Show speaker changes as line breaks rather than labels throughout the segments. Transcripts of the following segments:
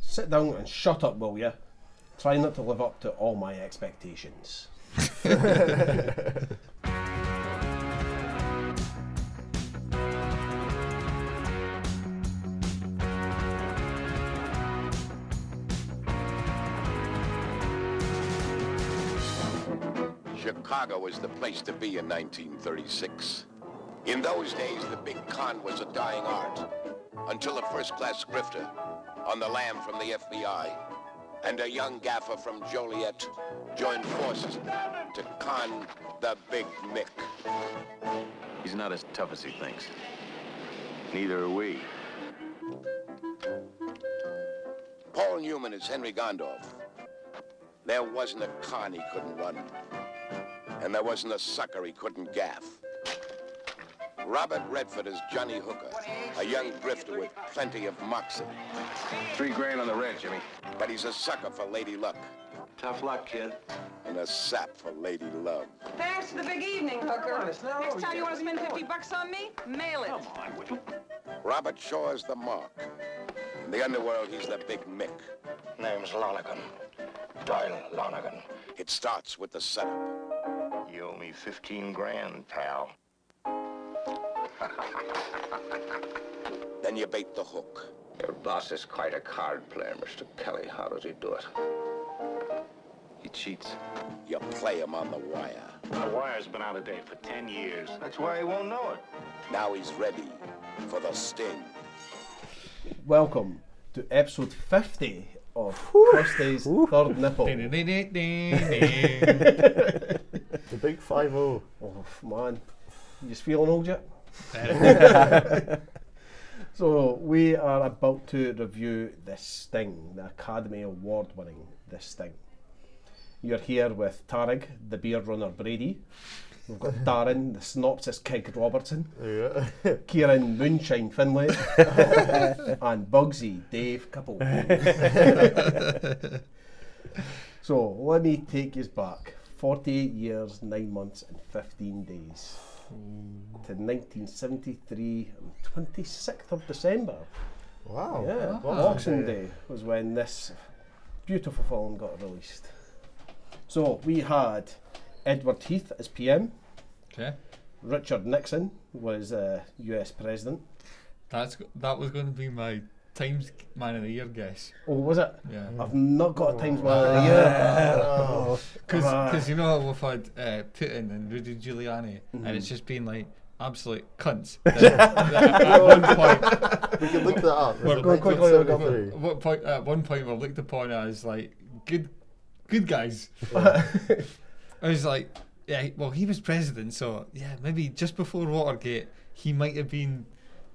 sit down and shut up, will you? Try not to live up to all my expectations.
Chicago was the place to be in 1936. In those days, the big con was a dying art until a first-class grifter on the lam from the FBI and a young gaffer from Joliet joined forces to con the Big Mick.
He's not as tough as he thinks. Neither are we.
Paul Newman is Henry Gondorf. There wasn't a con he couldn't run, and there wasn't a sucker he couldn't gaff. Robert Redford is Johnny Hooker, a young grifter with plenty of moxie,
Three grand on the red, Jimmy.
but he's a sucker for lady luck
Tough luck, kid.
and a sap for lady love.
Thanks for the big evening, Hooker. Next time you want to spend 50 bucks on me, mail it.
Robert Shaw is the mark. In the underworld, he's the Big Mick.
Name's Lonergan. Doyle Lonergan.
It starts with the setup.
You owe me 15 grand, pal.
Then you bait the hook.
Your boss is quite a card player, Mr. Kelly. How does he do it?
He cheats.
You play him on the wire.
The wire's been out of date for 10 years. That's why he won't know it.
Now he's ready for the sting.
Welcome to episode 50 of Krusty's Third Nipple.
the big five zero.
Oh, man. You just feeling old yet? So, we are about to review This Thing, the Academy Award winning This Thing. You're here with Tarig, the beer runner Brady. We've got Darren, the synopsis keg Robertson.
Yeah.
Kieran Moonshine Finlay and Bugsy Dave Couple. so let me take you back 48 years, 9 months, and 15 days to 1973 on 26th of December.
Wow.
Ah.
Yeah, Boxing Day was when this beautiful film got released. So we had Edward Heath as PM,
Okay,
Richard Nixon was uh, US President.
that's that was going to be my Times Man of the Year guess.
Oh, was it?
Yeah, Oh.
I've not got a times man of the year.
because you know how we've had uh, Putin and Rudy Giuliani, and it's just been like absolute cunts. that- that at one point,
We can look that up. We're
going quickly, we're going
at one point, at one point, we're looked upon as like good, good guys. I was like, yeah, well, he was president, so yeah, maybe just before Watergate, he might have been.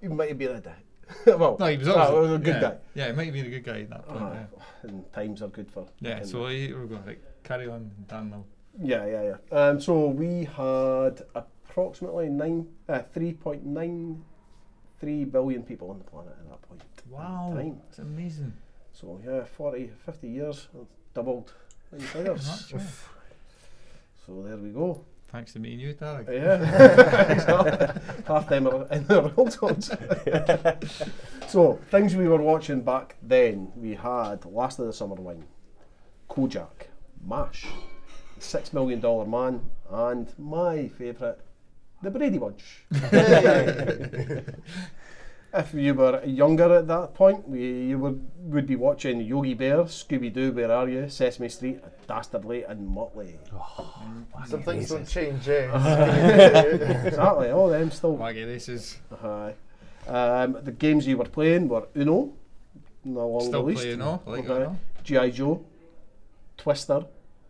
You might have been a dick. Ah, well,
No, he was,
no,
obviously-
a good
yeah,
guy.
Yeah, he might have been a good guy at that point. yeah.
And times are good for.
Yeah,
and-
so here we go. Like, carry on, Dan. Now.
yeah, yeah, yeah. Um, so we had approximately nine, uh, three point nine, three billion people on the planet at that point. in
Wow,
time.
it's amazing.
So yeah, 40, 50 years doubled. in figures.
Much, yeah.
so there we go.
Thanks to me and you, Tarek.
Yeah. Half time are in the world ones. so, things we were watching back then, we had Last of the Summer Wine, Kojak, MASH, Six Million Dollar Man, and my favourite, The Brady Bunch. if you were younger at that point, we, you would, would be watching Yogi Bear, Scooby Doo, Where Are You, Sesame Street, Dastardly, and Motley.
Some things don't change, eh?
Exactly, all them still
Waggy, this is
Aye. Um, the games you were playing were Uno, no longer
Still play
released.
Uno, I like
Okay.
Uno.
G.I. Joe, Twister,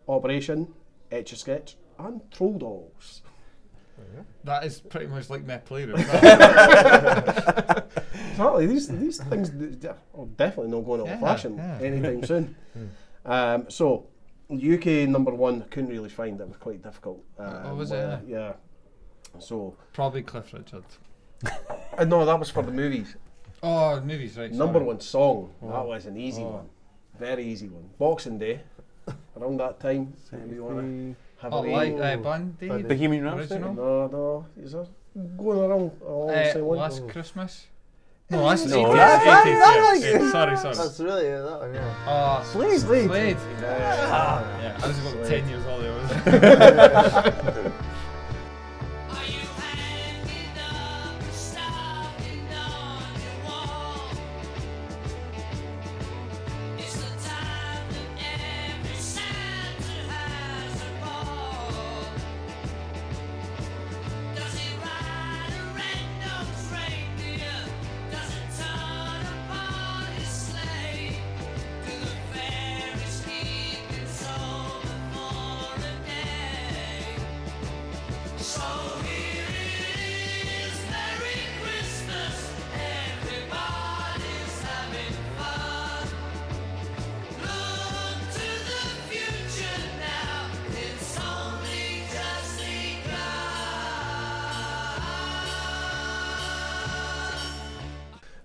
Operation, Etch a Sketch, and Troll Dolls.
that is pretty much like my playroom. yeah,
Exactly, these these things d- d- are definitely not going out of
Yeah,
fashion
yeah.
anytime soon. um, so, UK number one, couldn't really find it, was quite difficult. Um,
was it,
uh, Yeah. So,
probably Cliff Richard.
uh, no, that was for the movies.
Oh, movies, right?
Number
sorry.
one song. That was an easy one. Very easy one. Boxing Day. Around that time. Anybody wanna have
Oh,
a wee-
like uh, Band-Aid?
Bohemian Rhapsody?
original.
Eh,
No, no. Is that going around Oh, along the
Uh,
same line?
last Christmas. No, that's
No,
80s,
that's-
yeah,
that's
80s,
like-
yeah, yeah, sorry, sorry.
That's really uh, that one, yeah.
Ah,
Blade, Blade.
Blade.
Yeah.
Yeah, I was about 10 years old. I was.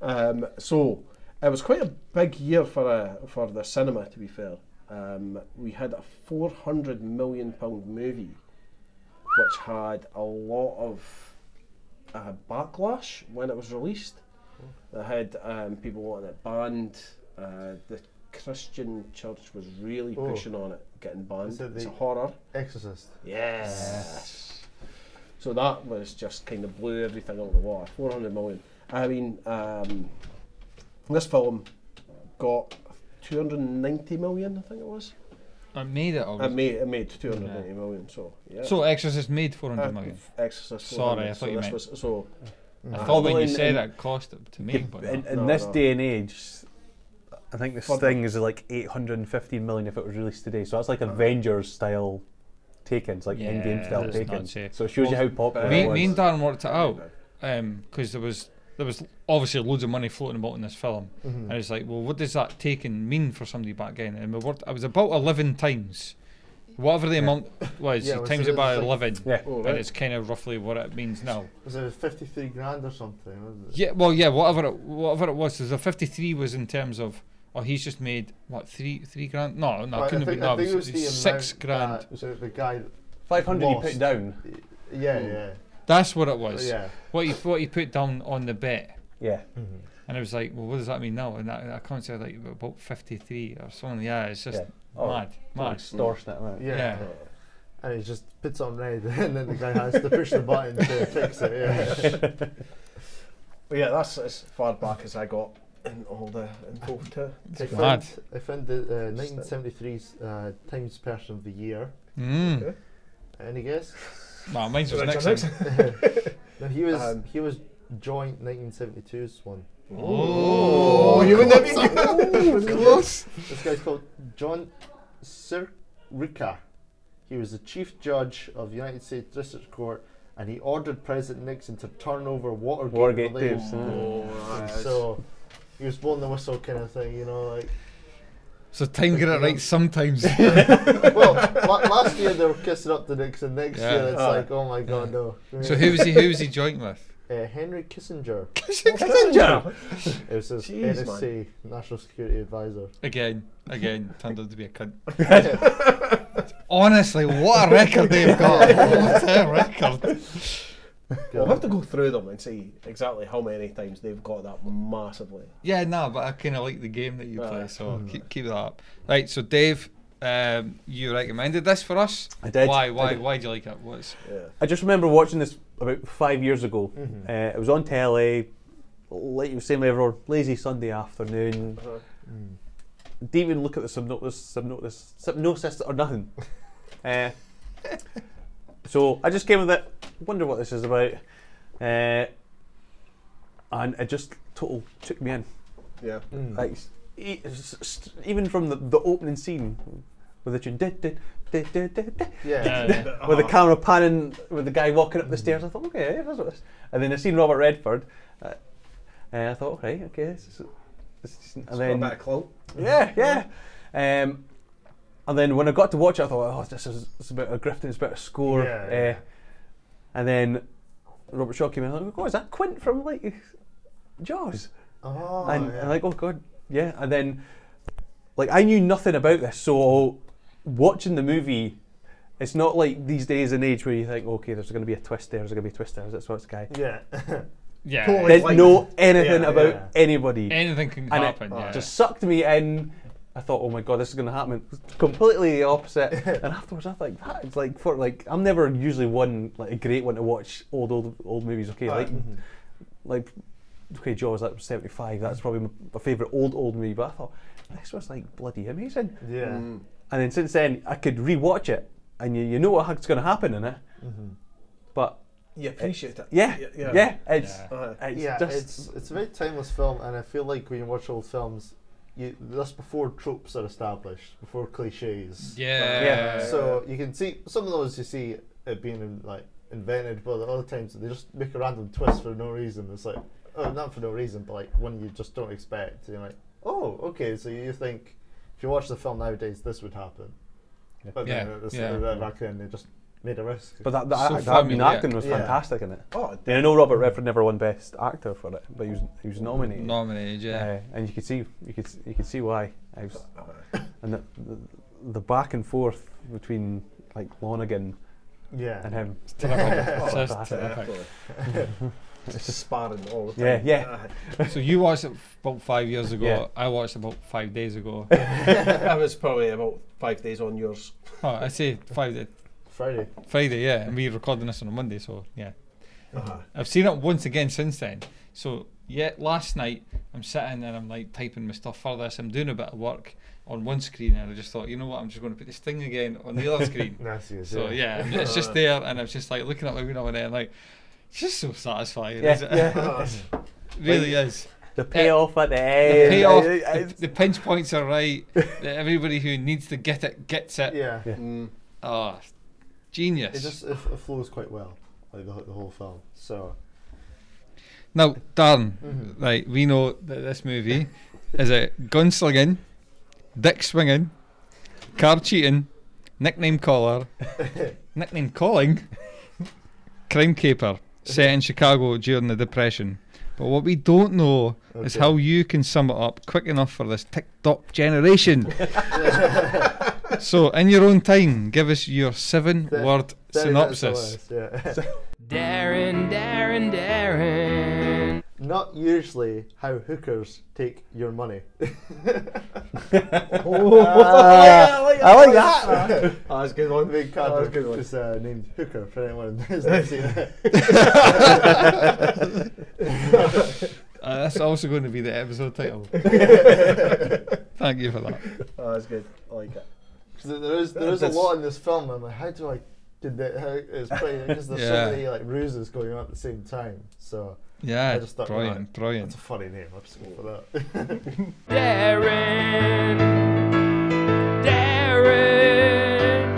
Um, so it was quite a big year for uh, for the cinema. To be fair, um, we had a four hundred million pound movie, which had a lot of uh, backlash when it was released. They had um, people wanting it banned. Uh, the Christian church was really
Oh.
pushing on it, getting banned.
Is it
It's a
the-
horror.
Exorcist.
Yes. So that was just kind of blew everything out of the water. 400 million. I mean, um, this film got 290 million, I think it was.
I made it all.
It made, it made 290 million, so yeah.
So Exorcist made 400
Uh,
million.
Exorcist.
Sorry, I
400,
thought you
so
meant-
this was, so uh, Ah,
I thought when you
Well, in-
said
in-
that cost it to me, but
in,
no.
in
No,
this
no.
day and age, I think this
Fuck.
thing is like 815 million if it was released today. So that's like Avengers style takings, like
Yeah,
Endgame style
that's
takings.
nuts, yeah.
So it shows you how
Uh,
popular
me,
it was.
me and Darren worked it out because there was there was obviously loads of money floating about in this film,
Mm-hmm.
and it's like, well, what does that taking mean for somebody back then? And we worked. It was about 11 times. Whatever the amount was,
Yeah,
you
well, so
times
it
it by
was like-
11,
Yeah.
Oh, right.
and it's kind of roughly what it means now.
Was it 53 grand or something? Was it?
Yeah, well, yeah, whatever it, whatever it was. So the 53 was in terms of, oh, he's just made, what, three three grand? No, no,
Well,
it couldn't
think-
have been
think
that. It was, six
amount
grand.
that- so uh, the guy.
500 you
Lost.
put down.
Yeah,
Hmm.
yeah.
That's what it was.
Yeah.
What, he, what he put down on the bet.
Yeah.
Hmm. And I was like, well, what does that mean now? And I, I can't say, like, about 53 or something. Yeah, it's just
Yeah. Oh,
mad, mad.
Extortionate amount.
Yeah.
Yeah.
And he just puts on red, and then the guy has to push the button to fix it. Yeah.
but yeah, that's as far back as I got in all the info to take
fine. Mad.
I found the uh, 1973's uh, Times Person of the Year.
Mm.
Okay.
Any guess?
Well, mine was
Richard
Nixon.
Nixon.
No, he was
Um,
he was joint 1972's one.
Oh, you wouldn't have been
Close. This guy's called John Sir Rika. He was the chief judge of the United States District Court, and he ordered President Nixon to turn over Watergate.
Watergate
related
tapes, yeah.
Oh,
documents. So he was blowing the whistle, kind of thing, you know. Like,
So time get it right sometimes.
well, la- last year they were kissing up to Nixon. Next
Yeah.
year it's
Ah.
like, oh my God, no.
so who was he, who was he joint with?
Uh, Henry Kissinger.
Kissinger.
It was his
Jeez, man.
NSA National Security Advisor.
Again, again, turned out to be a cunt. Honestly, what a record they've got. What a record.
We'll have to go through them and see exactly how many times they've got that massively.
Yeah, no, but I kind of like the game that you play,
Right.
so keep, keep that up. Right, so Dave, um, you recommended this for us.
I did,
Why?
I
Why?
did.
Why do you like it? What's
I just remember watching this about five years ago. Uh, it was on telly, like you were saying, everyone, lazy Sunday afternoon. Didn't even look at the subnotus, subnotus, subnosis or nothing. uh, so I just came with it, wonder what this is about. Uh, and it just total took me in.
Yeah.
Like, s- e- s- s- even from the, the opening scene, with the tune, did, did, did, did, did, did,
Yeah.
with the
Uh-huh.
camera panning with the guy walking up the stairs. I thought, okay, yeah, that's what this. And then I seen Robert Redford, uh, and I thought, okay, okay, this is, this is, and
Got a
then
bit of clout.
yeah, yeah. Um, and then when I got to watch it, I thought, oh, this is it's about a grifting, it's about a score.
Yeah,
uh,
yeah.
And then Robert Shaw came in, and I was like, oh, is that Quint from like Jaws?
Oh,
and
yeah.
and like, oh god, yeah. And then, like, I knew nothing about this, so watching the movie, it's not like these days and age where you think, okay, there's going to be a twist there, there's going to be a twist there, that's what it's guy.
yeah.
Yeah.
Totally
didn't
like-
know anything
Yeah,
about
yeah.
anybody.
Anything can
and
happen.
it
yeah.
just sucked me in. I thought, oh my god, this is going to happen. It's completely the opposite. and afterwards, I think that is like for like I'm never usually one like a great one to watch old old old movies. Okay, like
Mm-hmm.
like okay, Jaws that was '75. That's probably my, my favorite old old movie. But I thought this was like bloody amazing.
Yeah.
And then since then, I could rewatch it, and you, you know what's going to happen in it.
Mm-hmm.
But
You appreciate it.
Eh, yeah,
Y-
yeah, it's
Uh-huh.
it's
yeah,
just
it's it's a very timeless film, and I feel like when you watch old films, you that's before tropes are established, before cliches.
Yeah.
Yeah.
So you can see some of those you see it being in, like invented, but other times they just make a random twist for no reason. It's like oh, not for no reason, but like one you just don't expect. You're like, oh, okay. So you think if you watch the film nowadays, this would happen, but then
Yeah,
at the
yeah.
yeah. back then they just made a risk.
But that, that,
So
act, that
funny,
mean,
yeah.
acting was
Yeah.
fantastic in it.
Oh,
And I know Robert Redford never won Best Actor for it, but he was he was nominated.
Nominated, yeah.
Uh, and you could see you could s- you could see why. I was, and the, the the back and forth between like Lonergan
yeah,
and him.
Terrific. Just terrific.
definitely. it's just sparring all the
Yeah,
time.
yeah.
So you watched it f- about five years ago.
Yeah.
I watched it about five days ago.
I was probably about five days on yours.
oh, I say five day,
Friday.
Friday, yeah. And we're recording this on a Monday, so yeah.
Uh-huh.
I've seen it once again since then. So yeah, last night I'm sitting and I'm like typing my stuff for this. I'm doing a bit of work on one screen, and I just thought, you know what, I'm just going to put this thing again on the other screen.
Nasty as
So yeah, I'm- it's just there, and I'm just like looking at my window and I'm like, it's just so satisfying.
Yeah,
is it?
yeah.
It really is.
The payoff at the
The
end.
payoff,
I- I-
the, the pinch points are right. that everybody who needs to get it gets it.
yeah.
Oh, genius.
It just it, f- it flows quite well, like the, wh- the whole film. So
Now, Darren,
Mm-hmm.
right, we know that this movie is a gunslinging, dick swinging, card cheating, nickname caller, nickname calling, crime caper set in Chicago during the Depression. But what we don't know is
Okay.
how you can sum it up quick enough for this TikTok generation. so, in your own time, give us your seven word
Sorry, that's the
synopsis.
worst, Yeah.
Darren, Darren, Darren.
Not usually how hookers take your money.
oh. I like that.
Oh, that's a good one.
Big
Oh,
card
that's a good one.
is uh, named Hooker for anyone who's not seen it.
Uh, that's also going to be the episode title. Thank you for that.
Oh, that's good. I like it.
'Cause there is there is a
That's-
lot in this film. I'm like, how do I did that? How, it's pretty because there's
Yeah.
so many like ruses going on at the same time. So
Yeah,
I just thought, right,
brilliant, brilliant.
that's a funny name. I'm just going for that.
Darren. Darren.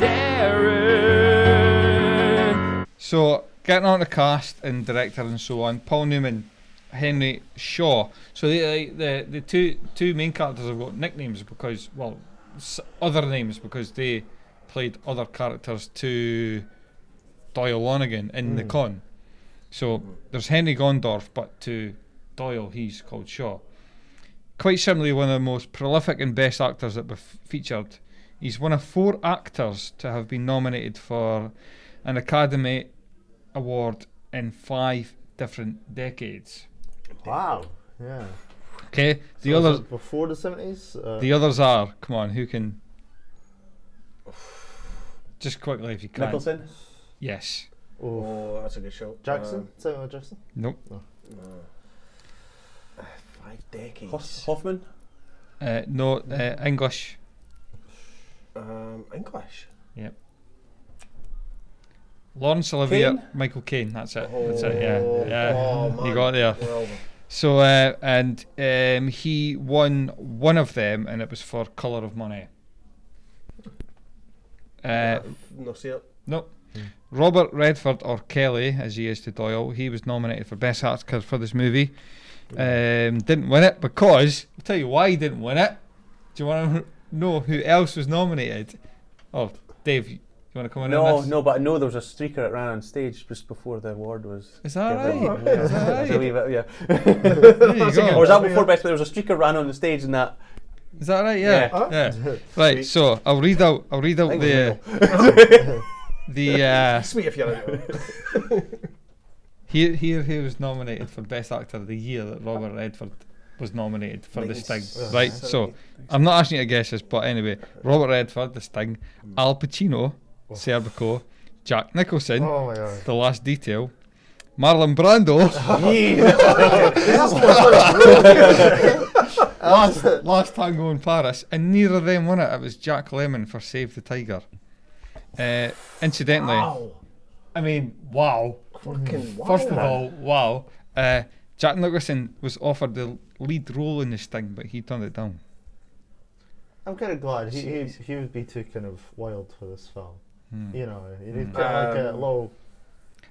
Darren.
So, getting on to cast and director and so on, Paul Newman, Henry Shaw. So the the the two two main characters have got nicknames because well, s- other names because they played other characters to Doyle Lonigan in the con. So there's Henry Gondorf, but to Doyle he's called Shaw. Quite similarly, one of the most prolific and best actors that were f- featured. He's one of four actors to have been nominated for an Academy Award in five different decades.
wow. Yeah.
Okay, the
So was
others
it before the seventies. Uh,
the others are come on, who can? Just quickly, if you can.
Nicholson.
Yes.
oh,
Oh, that's a good Um, shout.
Jackson. Samuel Jackson.
Nope.
Uh, five decades.
Hoff- Hoffman.
Uh, no. Uh, English.
Um, English.
Laurence Olivier,
Caine?
Michael Caine. That's it. That's it. Yeah.
Oh,
Yeah.
oh, man.
You got there.
Well,
So uh, and um, he won one of them, and it was for Color of Money. Uh,
no, see it.
Nope. Robert Redford or Kelly, as he is to Doyle, he was nominated for Best Actor for this movie. Um, didn't win it because I'll tell you why he didn't win it. Do you want to know who else was nominated? Oh, Dave, you want to come in on
No,
this?
no, but I know there was a streaker that ran on stage just before the award was.
Is that
given.
Oh,
right?
Yeah.
Is that
It was a
right?
wee bit- yeah.
There you go.
Or was that before Best? There was a streaker ran on the stage and that.
Is that right? Yeah.
Yeah.
yeah. Right. So I'll read out. I'll read out
think
the the uh,
Sweet if you're out.
Here, here, he was nominated for Best Actor of the Year that Robert Redford was nominated for The Sting.
Uh-huh.
Right, so I'm not asking you to guess this, but anyway, Robert Redford, The Sting,
Hmm.
Al Pacino, Serbico, Jack Nicholson,
Oh my god.
The Last Detail, Marlon Brando, last, last Tango in Paris, and neither of them won it. It was Jack Lemon for Save the Tiger. Uh, incidentally, I mean, wow. Mm.
Fucking wow.
First of all, wow. Uh, Jack Nicholson was offered the lead role in this thing, but he turned it down.
I'm kind of glad he, he he would be too kind of wild for this film. You know, he did kind of like a
Um,
little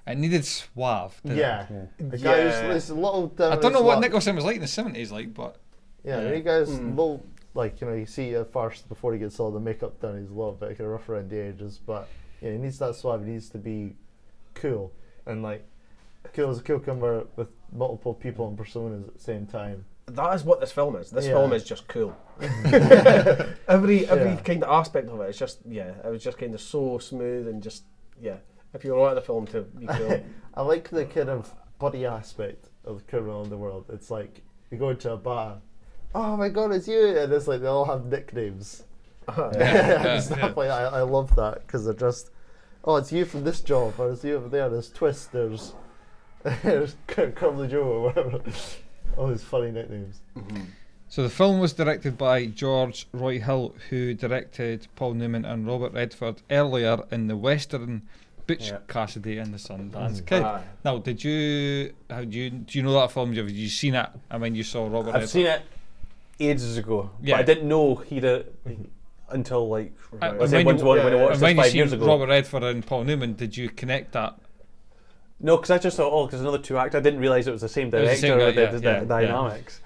It needed suave. didn't it?
yeah, a guy
Yeah.
who's this little.
I don't know what
Nick.
Nicholson was like in the seventies, like, but
Yeah,
Yeah.
you guys little like you know you see at first before he gets all the makeup done, he's a little bit kind of rough around the edges, but yeah, he needs that suave. He needs to be cool and like cool as a cucumber with multiple people and personas at the same time.
that is what this film is. This
Yeah.
film is just cool. every every
Yeah.
kind of aspect of it is just yeah. It was just kind of so smooth and just yeah. If you were at the film to be cool,
I like the kind of body aspect of the criminal in the world. It's like you go into a bar. Oh my god, it's you! And it's like they all have nicknames.
yeah,
and stuff
yeah.
like that. I, I love that because they're just, oh, it's you from this job, or it's you over there. There's Twist, there's, there's Cur- Curly Joe, or whatever. All these funny nicknames.
Mm.
So the film was directed by George Roy Hill, who directed Paul Newman and Robert Redford earlier in the western Butch
Yeah.
Cassidy and the
Mm.
Sundance Kid.
Aye.
Now, did you, how do you do you know that film? Have you seen it? I mean, you saw Robert.
I've
Redford.
seen it ages ago, but
Yeah.
I didn't know he'd uh, until like
Uh,
I
when
said one
you-
to one when I
yeah,
watched
And
it
when you
five
seen
years ago.
Robert Redford and Paul Newman, did you connect that?
No, because I just thought, oh, because another two actor. I didn't realise it was the same
was
director.
the same guy,
that
yeah,
did
yeah, yeah.
the dynamics.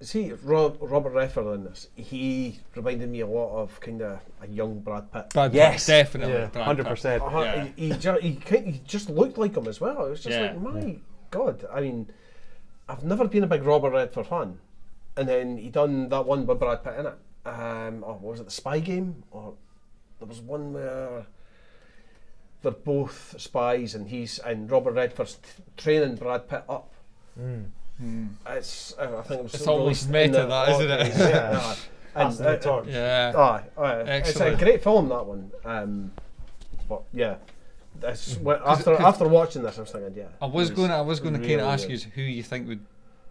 see Rob, Robert Redford in this. He reminded me a lot of kind of a young Brad Pitt.
Brad Pitt,
Yes.
definitely.
Yeah,
Brad
Hundred
Pitt.
percent.
Uh-huh,
Yeah.
he, he, ju- he, kind he just looked like him as well. It was just
Yeah.
like, my God. I mean, I've never been a big Robert Redford fan. And then he done that one with Brad Pitt in it. Um, oh, what was it the spy game? Or there was one where they're both spies and he's and Robert Redford's t- training Brad Pitt up. It's uh, I think it was
Hmm. It's almost
released in
meta
the
that, isn't it?
80s.
Yeah.
And,
Passing the
uh,
torch.
Yeah.
Aye, aye. It's a
Excellent.
great film that one. Um, but yeah, that's wh- after
Mm. 'cause-
after watching this, I'm thinking, yeah.
I was
it
going. I was going to kind
really
of ask
good.
you who you think would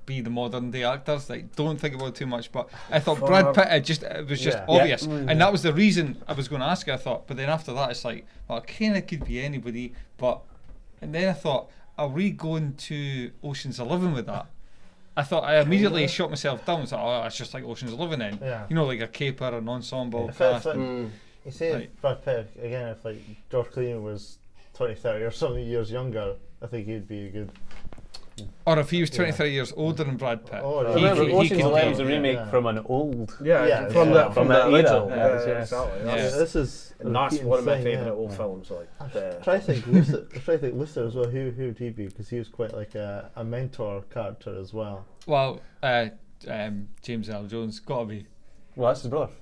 be the modern day actors. Like, don't think about it too much. But I thought Brad Pitt. It just it was just
Yeah.
Yeah.
obvious, and that was the reason I was going to ask you. I thought, but then after that, it's like, well, kind of could be anybody. But and then I thought, are we going to Ocean's Eleven with that? I thought I immediately shot myself down. It's like, oh, it's just like Ocean's Eleven then.
Yeah.
You know, like a caper, an ensemble.
If,
cast.
if, like, you see,
Mm. Right.
if Brad Pitt again. If like George Clooney was 20, 30 or something years younger, I think he'd be a good.
Or if he was 23 years older than Brad Pitt.
Oh,
he
yeah.
could-
Remember,
he
Ocean's
could
Eleven
be-
was a remake
yeah.
from an old.
Yeah,
Yeah,
from
yeah.
that from,
From
that,
that era.
original.
Yeah,
Yeah,
yes.
exactly.
Yeah.
That's,
This is
And that's one of my
thing, yeah.
favourite old films. Like, the-
Try to think Luther. try to think Luther as well. Who who would he be? Because he was quite like a, a mentor character as well.
Well, uh, um, James L. Jones got to be.
Well, that's his brother.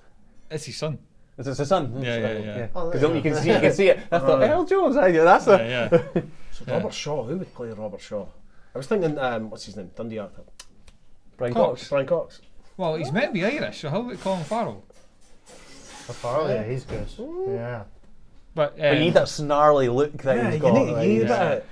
It's his son.
It's it's his son.
Yeah, yeah, yeah.
Oh,
Because
there
you
you
can
go.
see, you can see it. I thought, Earl Jones. I knew that's the.
Yeah, yeah.
so Robert Shaw, who would play Robert Shaw? I was thinking, um, what's his name? Dundee Arthur.
Brian
Cox.
Cox.
Brian Cox.
Well, he's meant to be Irish, so how about Colin Farrell?
Farrell, yeah, he's good. Yeah.
But, um,
But you need that snarly look that
Yeah,
he's
you
got.
need,
like,
you need
yeah.
a bit of,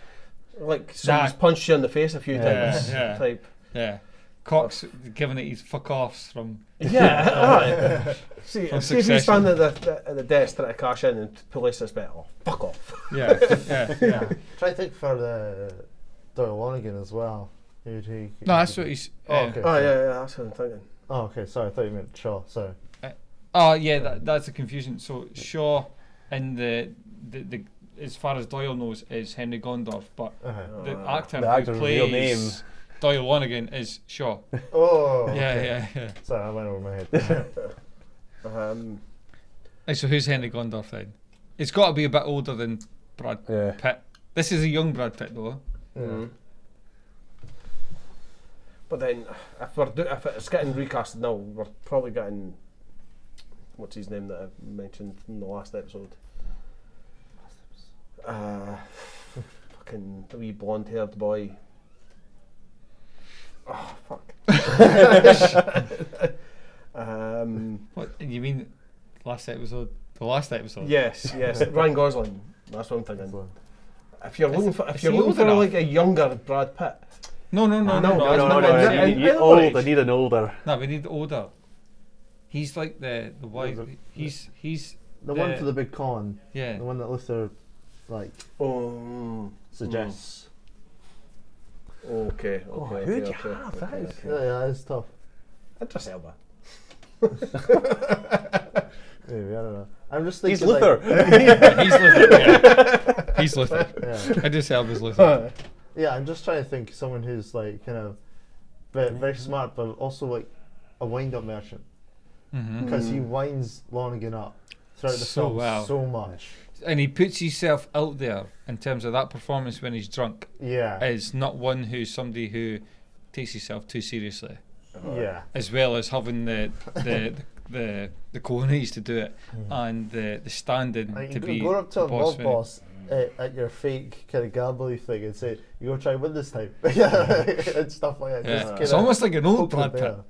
like someone's
Nah.
punched you in the face a few
Yeah,
times.
yeah.
Type.
yeah, Cox giving it his fuck offs from.
Oh, Yeah. aye. see,
From
see if you
Succession.
stand at the, the, at the desk trying to cash in and police this bet, oh, fuck off.
Yeah, yeah, yeah.
Try to think for the Doyle Lonigan as well. Who would he?
No, that's what he's.
Oh,
uh,
okay.
Oh yeah, yeah, that's what I'm thinking.
Oh, okay. Sorry, I thought you meant Shaw. Sorry.
Oh yeah, that, that's the confusion. So Shaw, in the, the the as far as Doyle knows, is Henry Gondorf, but
Okay.
the actor
Uh-huh. The
who
actor's
plays
real name.
Doyle Lonigan is Shaw.
Oh.
Yeah, yeah, yeah.
Sorry, I went over my head. there.
Um,
Aye, so who's Henry Gondorf then? It's got to be a bit older than Brad
Yeah.
Pitt. This is a young Brad Pitt though.
but then, if we're do, if it's getting recast now, we're probably getting what's his name that I mentioned in the last episode. Uh, fucking the wee blonde haired boy. Oh, fuck. um,
What you mean? Last episode. The last episode.
yes, yes, Ryan Gosling. That's what I'm thinking. If you're looking for, if
is
you're
he
looking
old
for
enough?
like a younger Brad Pitt,
No, no, no, no,
No,
no, no,
no, no, no, no.
no.
and-
you need
and
old, I
orange.
need an older.
No, we need older. He's like the the white. He's he's
The one for the big con,
yeah.
the one that Luther like
oh,
suggests.
okay, okay.
Oh,
okay,
who do you
okay,
have?
okay,
That is-
okay.
Yeah, yeah, it's tough.
Idris Elba.
Maybe I don't know. I'm just thinking.
He's Luther.
Like,
he's Luther. Yeah. He's Luther.
yeah,
I just help is Luther.
yeah. I'm just trying to think of someone who's like kind of very, very smart, but also like a wind-up merchant
hmm
because he winds Lonergan up throughout the
So
film
well.
so much.
And he puts himself out there in terms of that performance when he's drunk.
Yeah,
Is not one who's somebody who takes himself too seriously,
yeah,
as well as having the the the, the, the cojones to do it and the the standing
Like, you
to be
go up to
the
a mob
when he-
boss at, at your fake kind of gambling thing and say, "You go try and win this time," and stuff like that.
Yeah.
Just
It's
kinda
almost like an old
poke them
Brad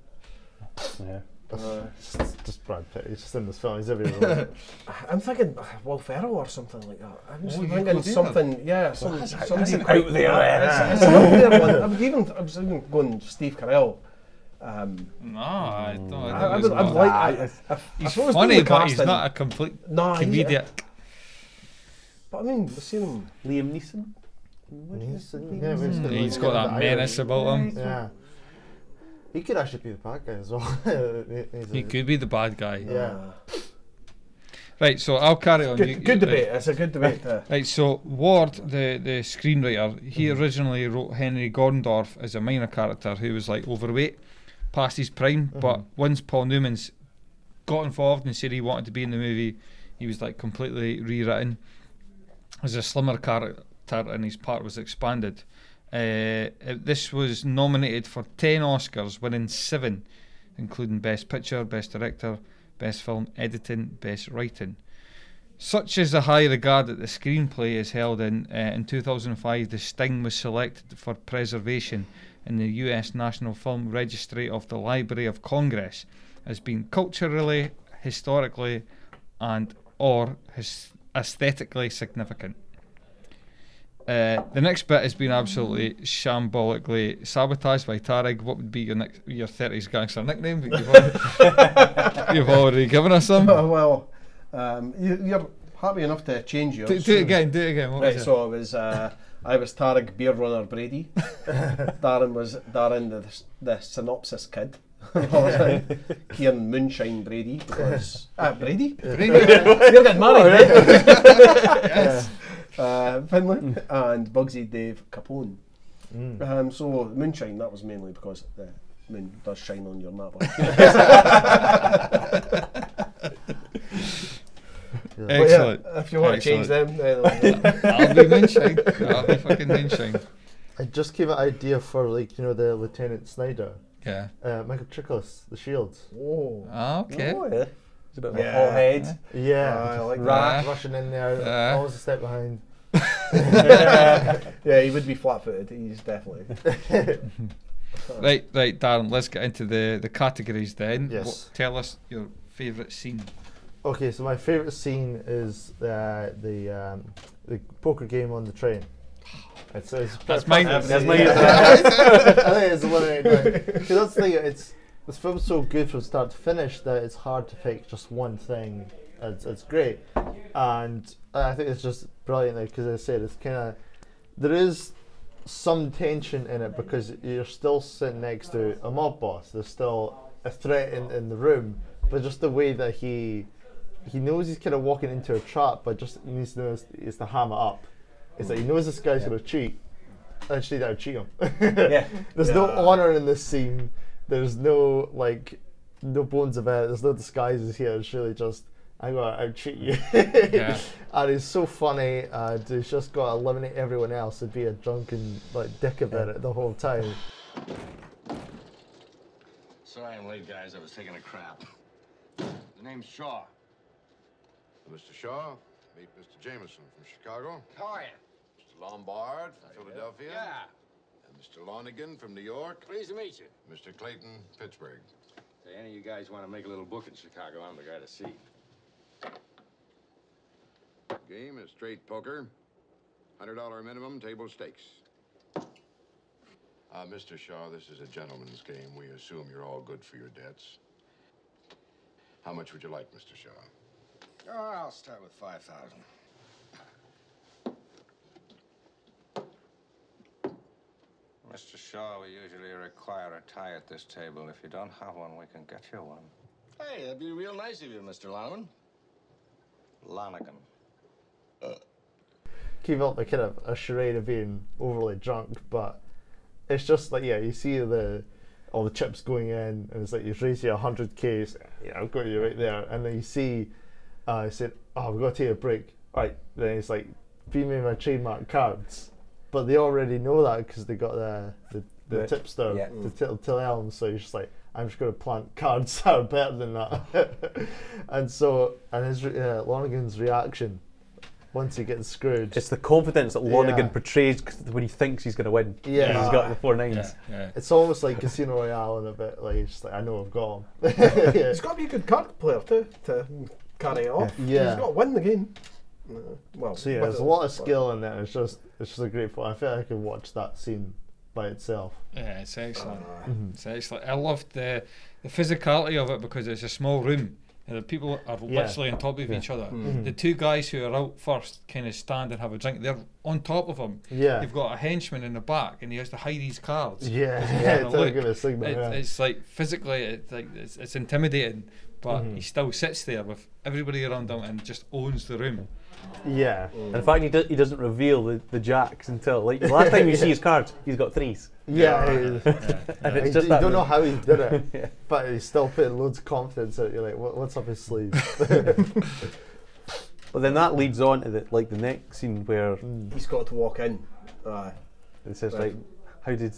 Pitt.
there.
Yeah.
Uh,
Just, just Brad Pitt. He's just in this film. He's everywhere.
I'm thinking uh, Will Ferrell or something like that. I'm just
Oh, you could
thinking
do
something, yeah, some, somebody
out there.
It's an out there one. I was even, I was even going Steve Carell. Um,
No, I don't.
I,
I
I
think
would,
it's
I'd
not.
like. I, I, I,
He's
if I was
funny,
doing
but
the
he's
casting-
not a complete
No, he-
comedian.
But I mean, we've seen him.
Liam Neeson. What do you
He's-
think?
yeah, but kinda
Hmm, He's
like
got
the
that
irony.
menace about him.
Yeah. He could actually be the bad guy as well. He- he's
He
a-
could be the bad guy.
Yeah.
Right, so I'll carry on.
Uh, Good,
You-
good
you-
debate. It's a good debate. Uh,
Right, so Ward, the, the screenwriter, he originally wrote Henry Gondorf as a minor character who was like overweight, past his prime. But once Paul Newman's got involved and said he wanted to be in the movie, he was like completely rewritten as a slimmer character, and his part was expanded. Uh, uh, this was nominated for 10 Oscars, winning seven, including Best Picture, Best Director, Best Film Editing, Best Writing. Such is the high regard that the screenplay is held in. Uh, in 2005, The Sting was selected for preservation in the US National Film Registry of the Library of Congress as being culturally, historically, and or his- aesthetically significant. Uh, the next bit has been absolutely shambolically sabotaged by Tarek. What would be your next, your 30s gangster nickname? But You've already, you've already given us some.
oh, well, um, you, you're happy enough to change yours.
Do, do it again. Do it again. What was
Right,
it?
so I was uh, I was Tarek Beer Runner Brady. Darren was Darren the, the synopsis kid. I was like Kieran Moonshine Brady because ah Brady. You're getting married, right? uh,
Mm.
Finlay and Bugsy Dave Capone. Um, so moonshine that was mainly because the moon does shine on your napper. But
Excellent.
Yeah, if you want
Excellent.
to change them, then uh,
I'll be moonshine. I'll be fucking moonshine.
I just came an idea for like you know the Lieutenant Snyder,
Yeah.
uh, Michael Trickless, the Shield.
oh,
Ah, okay.
Oh, yeah. He's a bit of a oh,
Yeah.
hot head.
Oh, I
Yeah,
like
Rat
that.
rushing in there,
Yeah.
always a step behind.
that. yeah, he would be flat-footed. He's definitely.
Right, right, Darren. Let's get into the the categories then.
Yes.
tell us your favourite scene.
Okay, so my favorite scene is uh, the um, the poker game on the train. It's, it's
That's mine.
That's
Yeah.
my
I think it's eliminated. right. 'Cause that's the thing. It's this film's so good from start to finish that it's hard to pick just one thing. It's, it's great, and I think it's just brilliant because I said it's kind of there is some tension in it because you're still sitting next to a mob boss. There's still a threat in, in the room, but just the way that he he knows he's kind of walking into a trap, but just needs to know is, is to hammer up. It's like he knows this guy's gonna cheat, and she don't cheat him.
Yeah.
There's no honor in this scene. There's no like, no bones about it. There's no disguises here. It's really just I'm gonna out cheat you.
Yeah.
And it's so funny, and he's just got to eliminate everyone else and be a drunken like dick about it the whole time.
Sorry I'm late, guys. I was taking a crap. The name's Shaw.
Mr. Shaw, meet Mr. Jameson from Chicago.
How are you?
Mr. Lombard from Philadelphia.
Yeah,
And Mr. Lonigan from New York.
pleased to meet you.
Mr. Clayton, Pittsburgh.
Say, any of you guys want to make a little book in Chicago, I'm the guy to see.
Game is straight poker. $100 minimum, table stakes. Uh, Mr. Shaw, this is a gentleman's game. We assume you're all good for your debts. How much would you like, Mr. Shaw?
Oh, I'll start with 5,000.
Mr. Shaw, we usually require a tie at this table. If you don't have one, we can get you one.
Hey, that'd be real nice of you, Mr. Lonegan.
Lonigan.
keep up the kind of a charade of being overly drunk, but it's just like yeah, you see the all the chips going in, and it's like you've raised your hundred k's, yeah, I've got you right there, and then you see, uh, I said, oh, we've got to take a break, right? Then it's like, feed me my trademark cards, but they already know that because they got the the, the
Right.
tipster,
Yeah.
the till till elm, so you're just like. I'm just going to plant cards that are better than that, and so and his re- uh, Lonigan's reaction once he gets screwed.
It's the confidence that Lonigan
Yeah.
portrays c- when he thinks he's going to win.
Yeah.
he's got the four nines.
yeah.
It's almost like Casino Royale in a bit. Like, it's just like I know I've got him. yeah.
He's got to be a good card player too to carry it off.
Yeah.
Oh, He's got to win the game. Uh, well,
So yeah,
with
there's a
it,
lot of
but-
skill in there. It's just, it's just a great. Film. I feel like I could watch that scene by itself.
Yeah, it's excellent. It's excellent. I loved the the physicality of it because it's a small room and the people are
Yeah. Mm-hmm.
literally on top of each other. The two guys who are out first kind of stand and have a drink. They're on top of him.
Yeah.
You've got a henchman in the back and he has to hide his cards.
Yeah,
Because he
yeah,
can't
to
look.
give a signal,
It-
yeah.
It's like physically, it's like it's, it's intimidating, but
Mm-hmm.
he still sits there with everybody around him and just owns the room.
Yeah,
In fact, he, do, he doesn't reveal the, the jacks until like the last time you see his cards, he's got threes.
yeah. it-
And
I
it's just
d-
that
don't know
moment.
how he did it, but he's still putting loads of confidence out. You're like, what, what's up his sleeve?
But then that leads on to the, like the next scene where
Mm. He's got to walk in. Aye.
it says
Right.
like, how did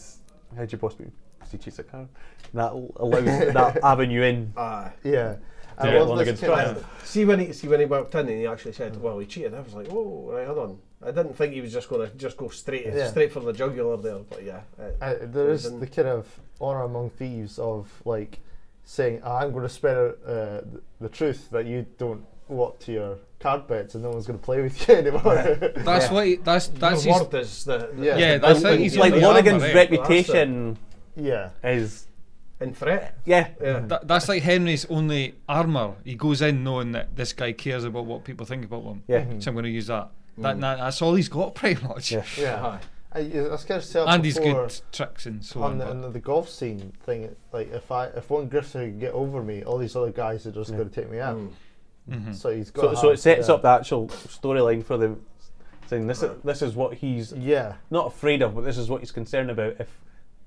how did your boss be? Because he cheats a car. And that l- allows that avenue in.
Aye.
yeah, I
Yeah,
love this
Lonergan's
kind
fine.
of-
See when he see when he walked in and he actually said, "Well, he cheated." I was like, "Oh, right, hold on." I didn't think he was just going to just go straight
Yeah. Uh,
straight for the jugular there, but yeah, uh, it-
I, there is
Isn't-
the kind of honor among thieves of like saying, "Ah, "I'm going to spread uh, th- the truth that you don't walk to your card bets, and no one's going to play with you anymore."
That's what. He, that's that's
the
his.
word is the, the
Yeah.
Yeah,
Like-
that's
Like,
he's
like
the armour,
Lonigan's
eh?
reputation
yeah,
is
in threat.
yeah.
Yeah.
That, that's like Henry's only armour. He goes in knowing that this guy cares about what people think about him.
Yeah. Mhm.
So I'm going to use that.
Mm.
That, that. That's all he's got, pretty much.
Yeah.
yeah.
Aye.
I, yeah, that's kind of self
And he's good tricks and so on.
on the,
but-
on the golf scene thing. Like if I if one Griffin can get over me, all these other guys are just going to take me out.
Mm-hmm.
So he's got
Mm. So, so it sets
yeah.
up the actual storyline for the saying this is, this is what he's
Yeah,
not afraid of, but this is what he's concerned about. If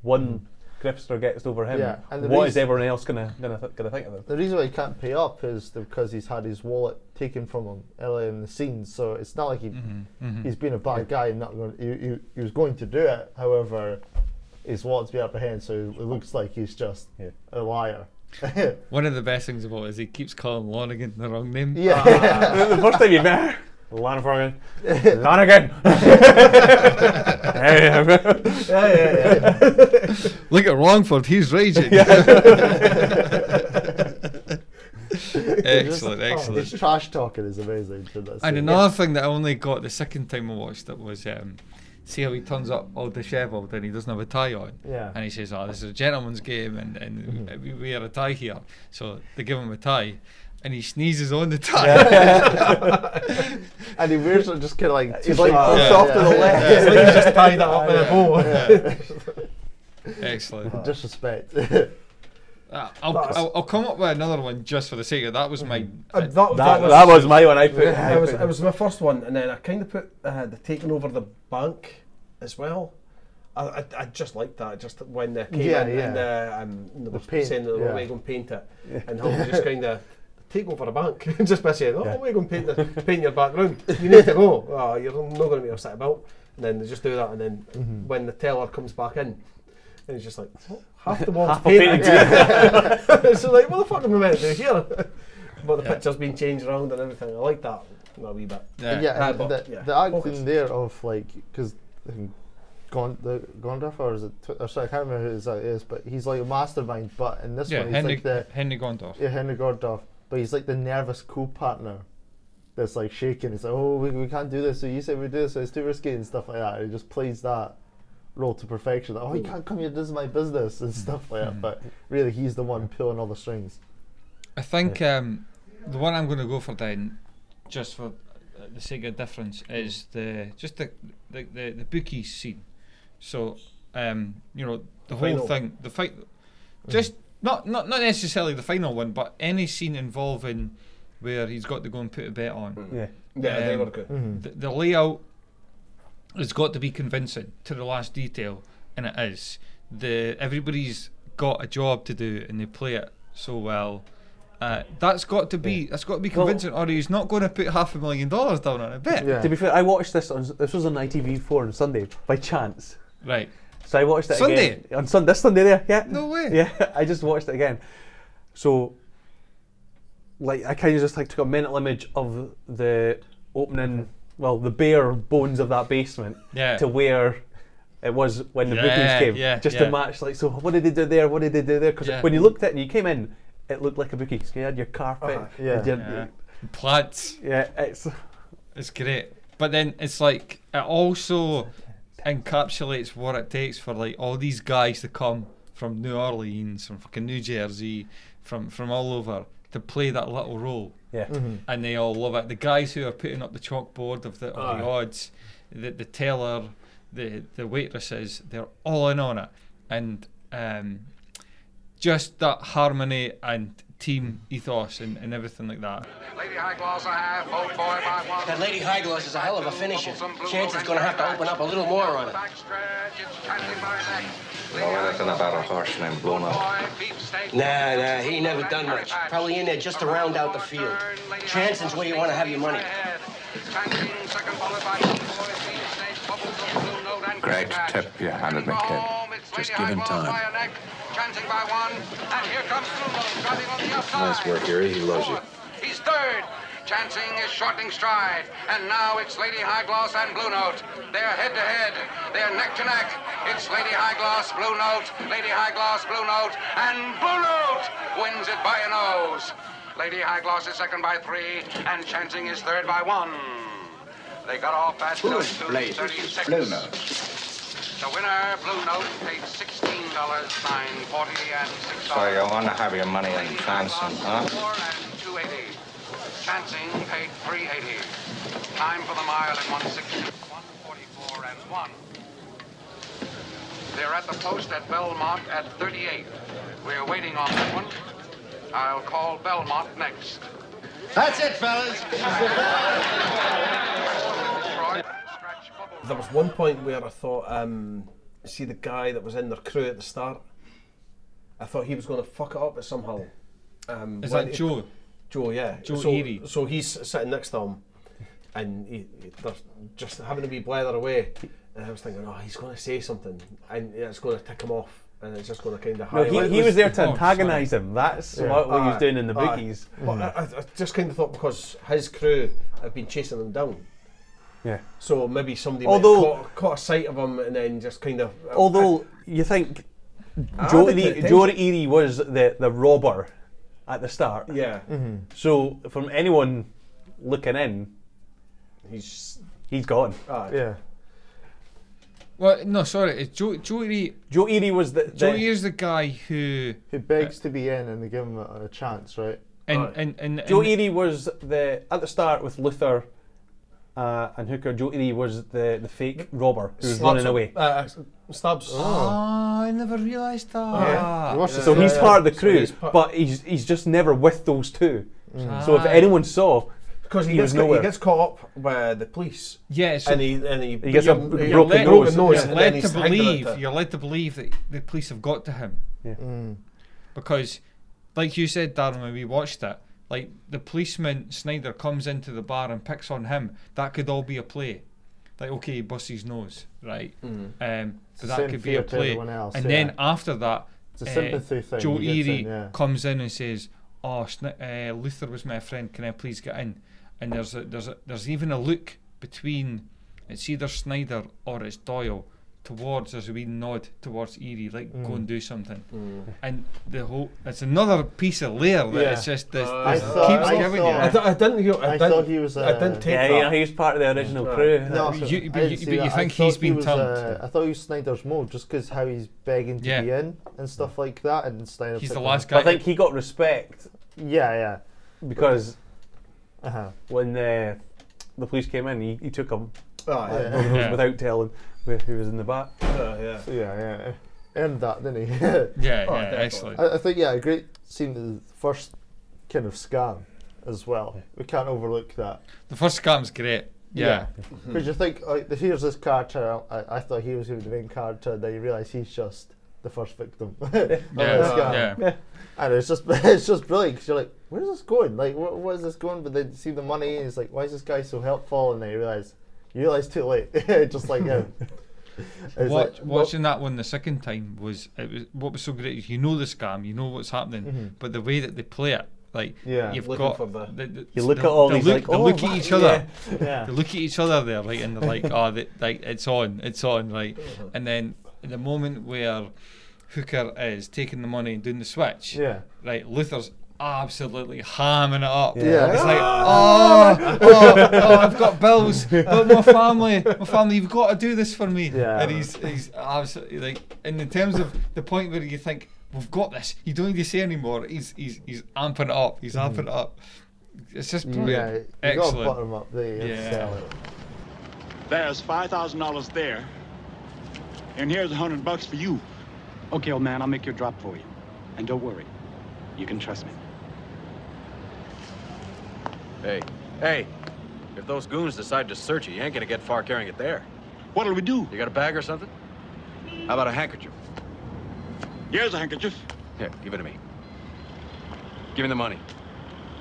one gripster gets over him,
Yeah, and the
what is
reason-
everyone else gonna gonna, th- gonna think of him?
The reason why he can't pay up is because he's had his wallet taken from him earlier in the scene. So it's not like he
Mm-hmm,
he's been a bad guy and not going. He, he, he was going to do it. However, his wallet's been apprehended, so it looks like he's just
Yeah.
a liar.
One of the best things about it is he keeps calling Lonigan the wrong name.
Yeah,
the first time you met her, Lanigan, Lanigan. Hey,
Yeah, yeah, yeah.
Look at Longford, he's raging. excellent,
his
excellent.
oh, trash talking is amazing. To that
And
scene.
another thing that I only got the second time I watched it was um, see how he turns up all dishevelled and he doesn't have a tie on.
Yeah.
And he says, "Oh, this is a gentleman's game, and and we we wear a tie here." So they give him a tie, and he sneezes on the tie.
and he wears it just kind of like
He's like
off
puffed
off to
the left. It's like he's just tied that up in a bow.
Excellent.
Disrespect.
Uh, I'll,
That's-
I'll I'll come up with another one just for the sake of that was my.
Uh, that, that,
that,
was,
that was my one. I put. I
it was
put-
it was my first one, and then I kind of put uh, the taking over the bank as well. I, I, I just liked that. Just when they came
Yeah,
in
yeah.
and uh, um, they were
paint,
saying that they
yeah.
were going to paint it, and how they just kind of take over a bank just by saying, "Oh, we're going to paint the, paint your back room. You need to go. Oh, you're not going to be upset about." And then they just do that, and then
Mm-hmm.
when the teller comes back in. And he's just like, "Oh, half the wall's
a
painted. so like, what the fuck am I meant to do here? but the picture's been changed around and everything. I like that. a wee bit.
uh,
Yeah,
Aye,
and
but,
the,
yeah.
the acting
Focus.
there of like because the Gondorf or is it Twi- or sorry, I can't remember who his- that is, but he's like a mastermind. But in this
Yeah,
one, he's
Henry,
like the
Henry Gondorf.
yeah Henry Gondorf, but he's like the nervous co-partner that's like shaking. It's like oh we, we can't do this. So you say we do this. So it's too risky and stuff like that. And he just plays that role to perfection. Like, oh you can't come here. This is my business and stuff like that.
Hmm.
But really, he's the one pulling all the strings.
I think um, the one I'm going to go for then, just for uh, the sake of difference, is the just the the, the, the bookies scene. So, um, you know, the whole
final.
thing, the fight, just not not not necessarily the final one, but any scene involving where he's got to go and put a bet on.
Yeah.
Yeah, they
Um,
were good.
The, the layout has got to be convincing to the last detail, and it is. The everybody's got a job to do, and they play it so well. Uh, that's got to be that's got to be
Well-
convincing, or he's not going to put half a million dollars down on a bet.
Yeah.
To be fair, I watched this on this was on ITV4 on Sunday by chance.
Right.
So I watched it
Sunday?
again on Sunday. This Sunday, there, yeah.
No way.
Yeah, I just watched it again. So, like, I kind of just like took a mental image of the opening, well, the bare bones of that basement
Yeah.
to where it was when the
Yeah,
Vikings came,
yeah,
just
yeah.
to match. Like, so what did they do there? What did they do there? Because
Yeah.
when you looked at it and you came in, it looked like a bookie. So you had your carpet.
Uh-huh, yeah.
and your-
Yeah. Plats.
yeah, it's
It's Uh, great, but then it's like it also encapsulates what it takes for like all these guys to come from New Orleans, from fucking New Jersey, from from all over to play that little role,
yeah.
and they all love it. The guys who are putting up the chalkboard of the, of the odds, the the teller, the the waitresses, they're all in on it, and um, just that harmony and team ethos and, and everything like that.
Lady Highglaw's a half, oh boy, my one.
That Lady Highglass is a hell of a finisher. Chance is gonna have to open up a little more on it.
Know anything about a horse named Blown Up?
Nah, nah, he ain't never done much. Probably in there just to round out the field. Chanson's where you want to have your money.
Great tip you handed me, kid.
Just give him time.
Chancing by one, and here comes Blumel, driving on the outside.
Nice work, Erie. He loves you.
He's third. Chancing is shortening stride. And now it's Lady Highgloss and Blue Note. They're head to head. They're neck to neck. It's Lady Highgloss, Blue Note, Lady Highgloss, Blue Note, and Blue Note wins it by a nose. Lady Highgloss is second by three, and Chancing is third by one. They got off at
Who is
32,
Lady
36.
Blue Nose?
The winner, Blue Note, paid $16, 940 and $6.
So you want to have your money in Johnson, huh?
Four and 280. Chancing paid 380. Time for the mile in 160. 144 and 1. They're at the post at Belmont at 38. We're waiting on that one. I'll call Belmont next.
That's it, fellas.
Troy, scratch bubble.
There was one point where I thought, um, see the guy that was in their crew at the start, I thought he was going to fuck it up at somehow. Um,
Is
when
that
he-
Joe?
Joe, yeah.
Joe
so,
Eady.
So he's sitting next to him, and he, he- they're just having to be blather away. And I was thinking, oh, he's going to say something, and it's going to tick him off, and it's just going to kind of.
No, he, he was there to
Oh,
antagonise him. That's what, what he was doing in the bookies.
But I, I- I just kind of thought because his crew have been chasing him down.
Yeah.
So maybe somebody
Although-
might have caught, caught a sight of him and then just kind of. uh,
Although you think
I
Joe
didn't
Erie,
think-
Joe Erie was the, the robber at the start.
yeah,
Mm-hmm. So from anyone looking in,
he's.
he's gone.
aye.
Yeah.
Well, no, sorry, it's Joe Joe Erie
Joe Erie was the, the
Joe Erie's the guy who
Who begs to be in and they give him a, a chance, right?
and
Aye.
and and, and
Joe Erie was the at the start with Luther uh, and Hooker. Joe Erie was the, the fake robber who was
Slaps
running
him-
away. Oh.
Uh, stabs.
Ah, I never realised that.
You watch the
So
show,
he's
yeah.
part of the
So
crew,
he's part-
but he's he's just never with those two. So if
Ah.
anyone saw,
Because he,
He was
gets ca- he
nowhere.
gets caught up by the police.
Yeah, so
and he and he,
He gets a
you're-
b-
you're
broken
led-
led,
nose.
you're
and then
led to
he's hanging out
believe
there.
you're led to believe that the police have got to him.
Yeah.
Mm.
Because, like you said, Darren, when we watched it, like the policeman Snyder comes into the bar and picks on him. That could all be a play. Like okay, he busts his nose, right? Um,
the
but that
same
could be
fear
a
to
play.
everyone else,
and
yeah.
then after that,
It's a sympathy thing
Eh, Joe
he gets
Erie
in, yeah.
eh, comes in and says, "Oh, Sni- uh, Luther was my friend. Can I please get in?" and there's a, there's a, there's even a look between it's either Snyder or it's Doyle towards there's a wee nod towards Erie, like
Mm.
go and do something,
Mm.
and the whole it's another piece of layer that
Yeah.
it's just this,
Oh, I
this
thought-
keeps
I
giving
thought- I
you.
thought- I didn't hear- I
I thought
didn't-
he was. Uh,
I didn't take
Yeah,
that.
yeah, he was part of the original
Right.
crew.
No,
You-
so
you-
I
but
didn't
you-
see
but you
that. I
think
thought
he's
he
been
was,
talked
uh, I thought he was Snyder's mode just because how he's begging to
Yeah.
be in and stuff like that, and Snyder.
He's
picked
the
him.
last guy.
I think he got respect
Yeah, yeah.
because
Uh
Uh-huh.
huh.
when the the police came in, he, he took him
Ah,
Yeah.
yeah.
Yeah.
without telling who who was in the back.
Ah, yeah.
So yeah, yeah. Earned that, didn't he?
yeah,
Oh,
yeah,
definitely.
excellent.
I, I think yeah, a great scene. The first kind of scam as well. We can't overlook that.
The first scam's great. Yeah,
Because you think like the- here's this character. I, I thought he was going to be the main character. Then you realise he's just the first victim. of this
yeah,
guy.
yeah.
And it's just it's just brilliant because you're like, where's this going? Like, wh- where is this going? But then you see the money, and it's like, why is this guy so helpful? And then you realise, you realise too late, just like him. It's
Watch,
like, well,
watching that one the second time was it was what was so great is you know the scam, you know what's happening,
Mm-hmm.
but the way that they play it, like
Yeah.
you've
Looking
got
for the-
You look at all
they
these
look,
like,
they
oh,
look at
right,
each other,
yeah.
they look at each other there, like and they're like, oh, they, like it's on, it's on, like,
Mm-hmm.
and then the moment where Hooker is taking the money and doing the switch,
Yeah.
right, Luther's absolutely hamming it up.
Yeah.
It's like, oh, oh, oh, I've got bills, but my family, my family, you've got to do this for me.
Yeah.
And he's, he's absolutely like, in the terms of the point where you think, we've got this, you don't need to say anymore, he's, he's, he's amping it up, he's amping it up. It's just
Mm-hmm. yeah, you
brilliant.
got to butter
Excellent.
him up there. you have to
Yeah.
sell it.
There's five thousand dollars there, and here's a hundred bucks for you. Okay, old man, I'll make your drop for you, and don't worry, you can trust me.
Hey, hey, if those goons decide to search you, you ain't gonna get far carrying it there.
What'll we do?
You got a bag or something? How about a handkerchief?
Here's a handkerchief.
Here, give it to me. Give me the money.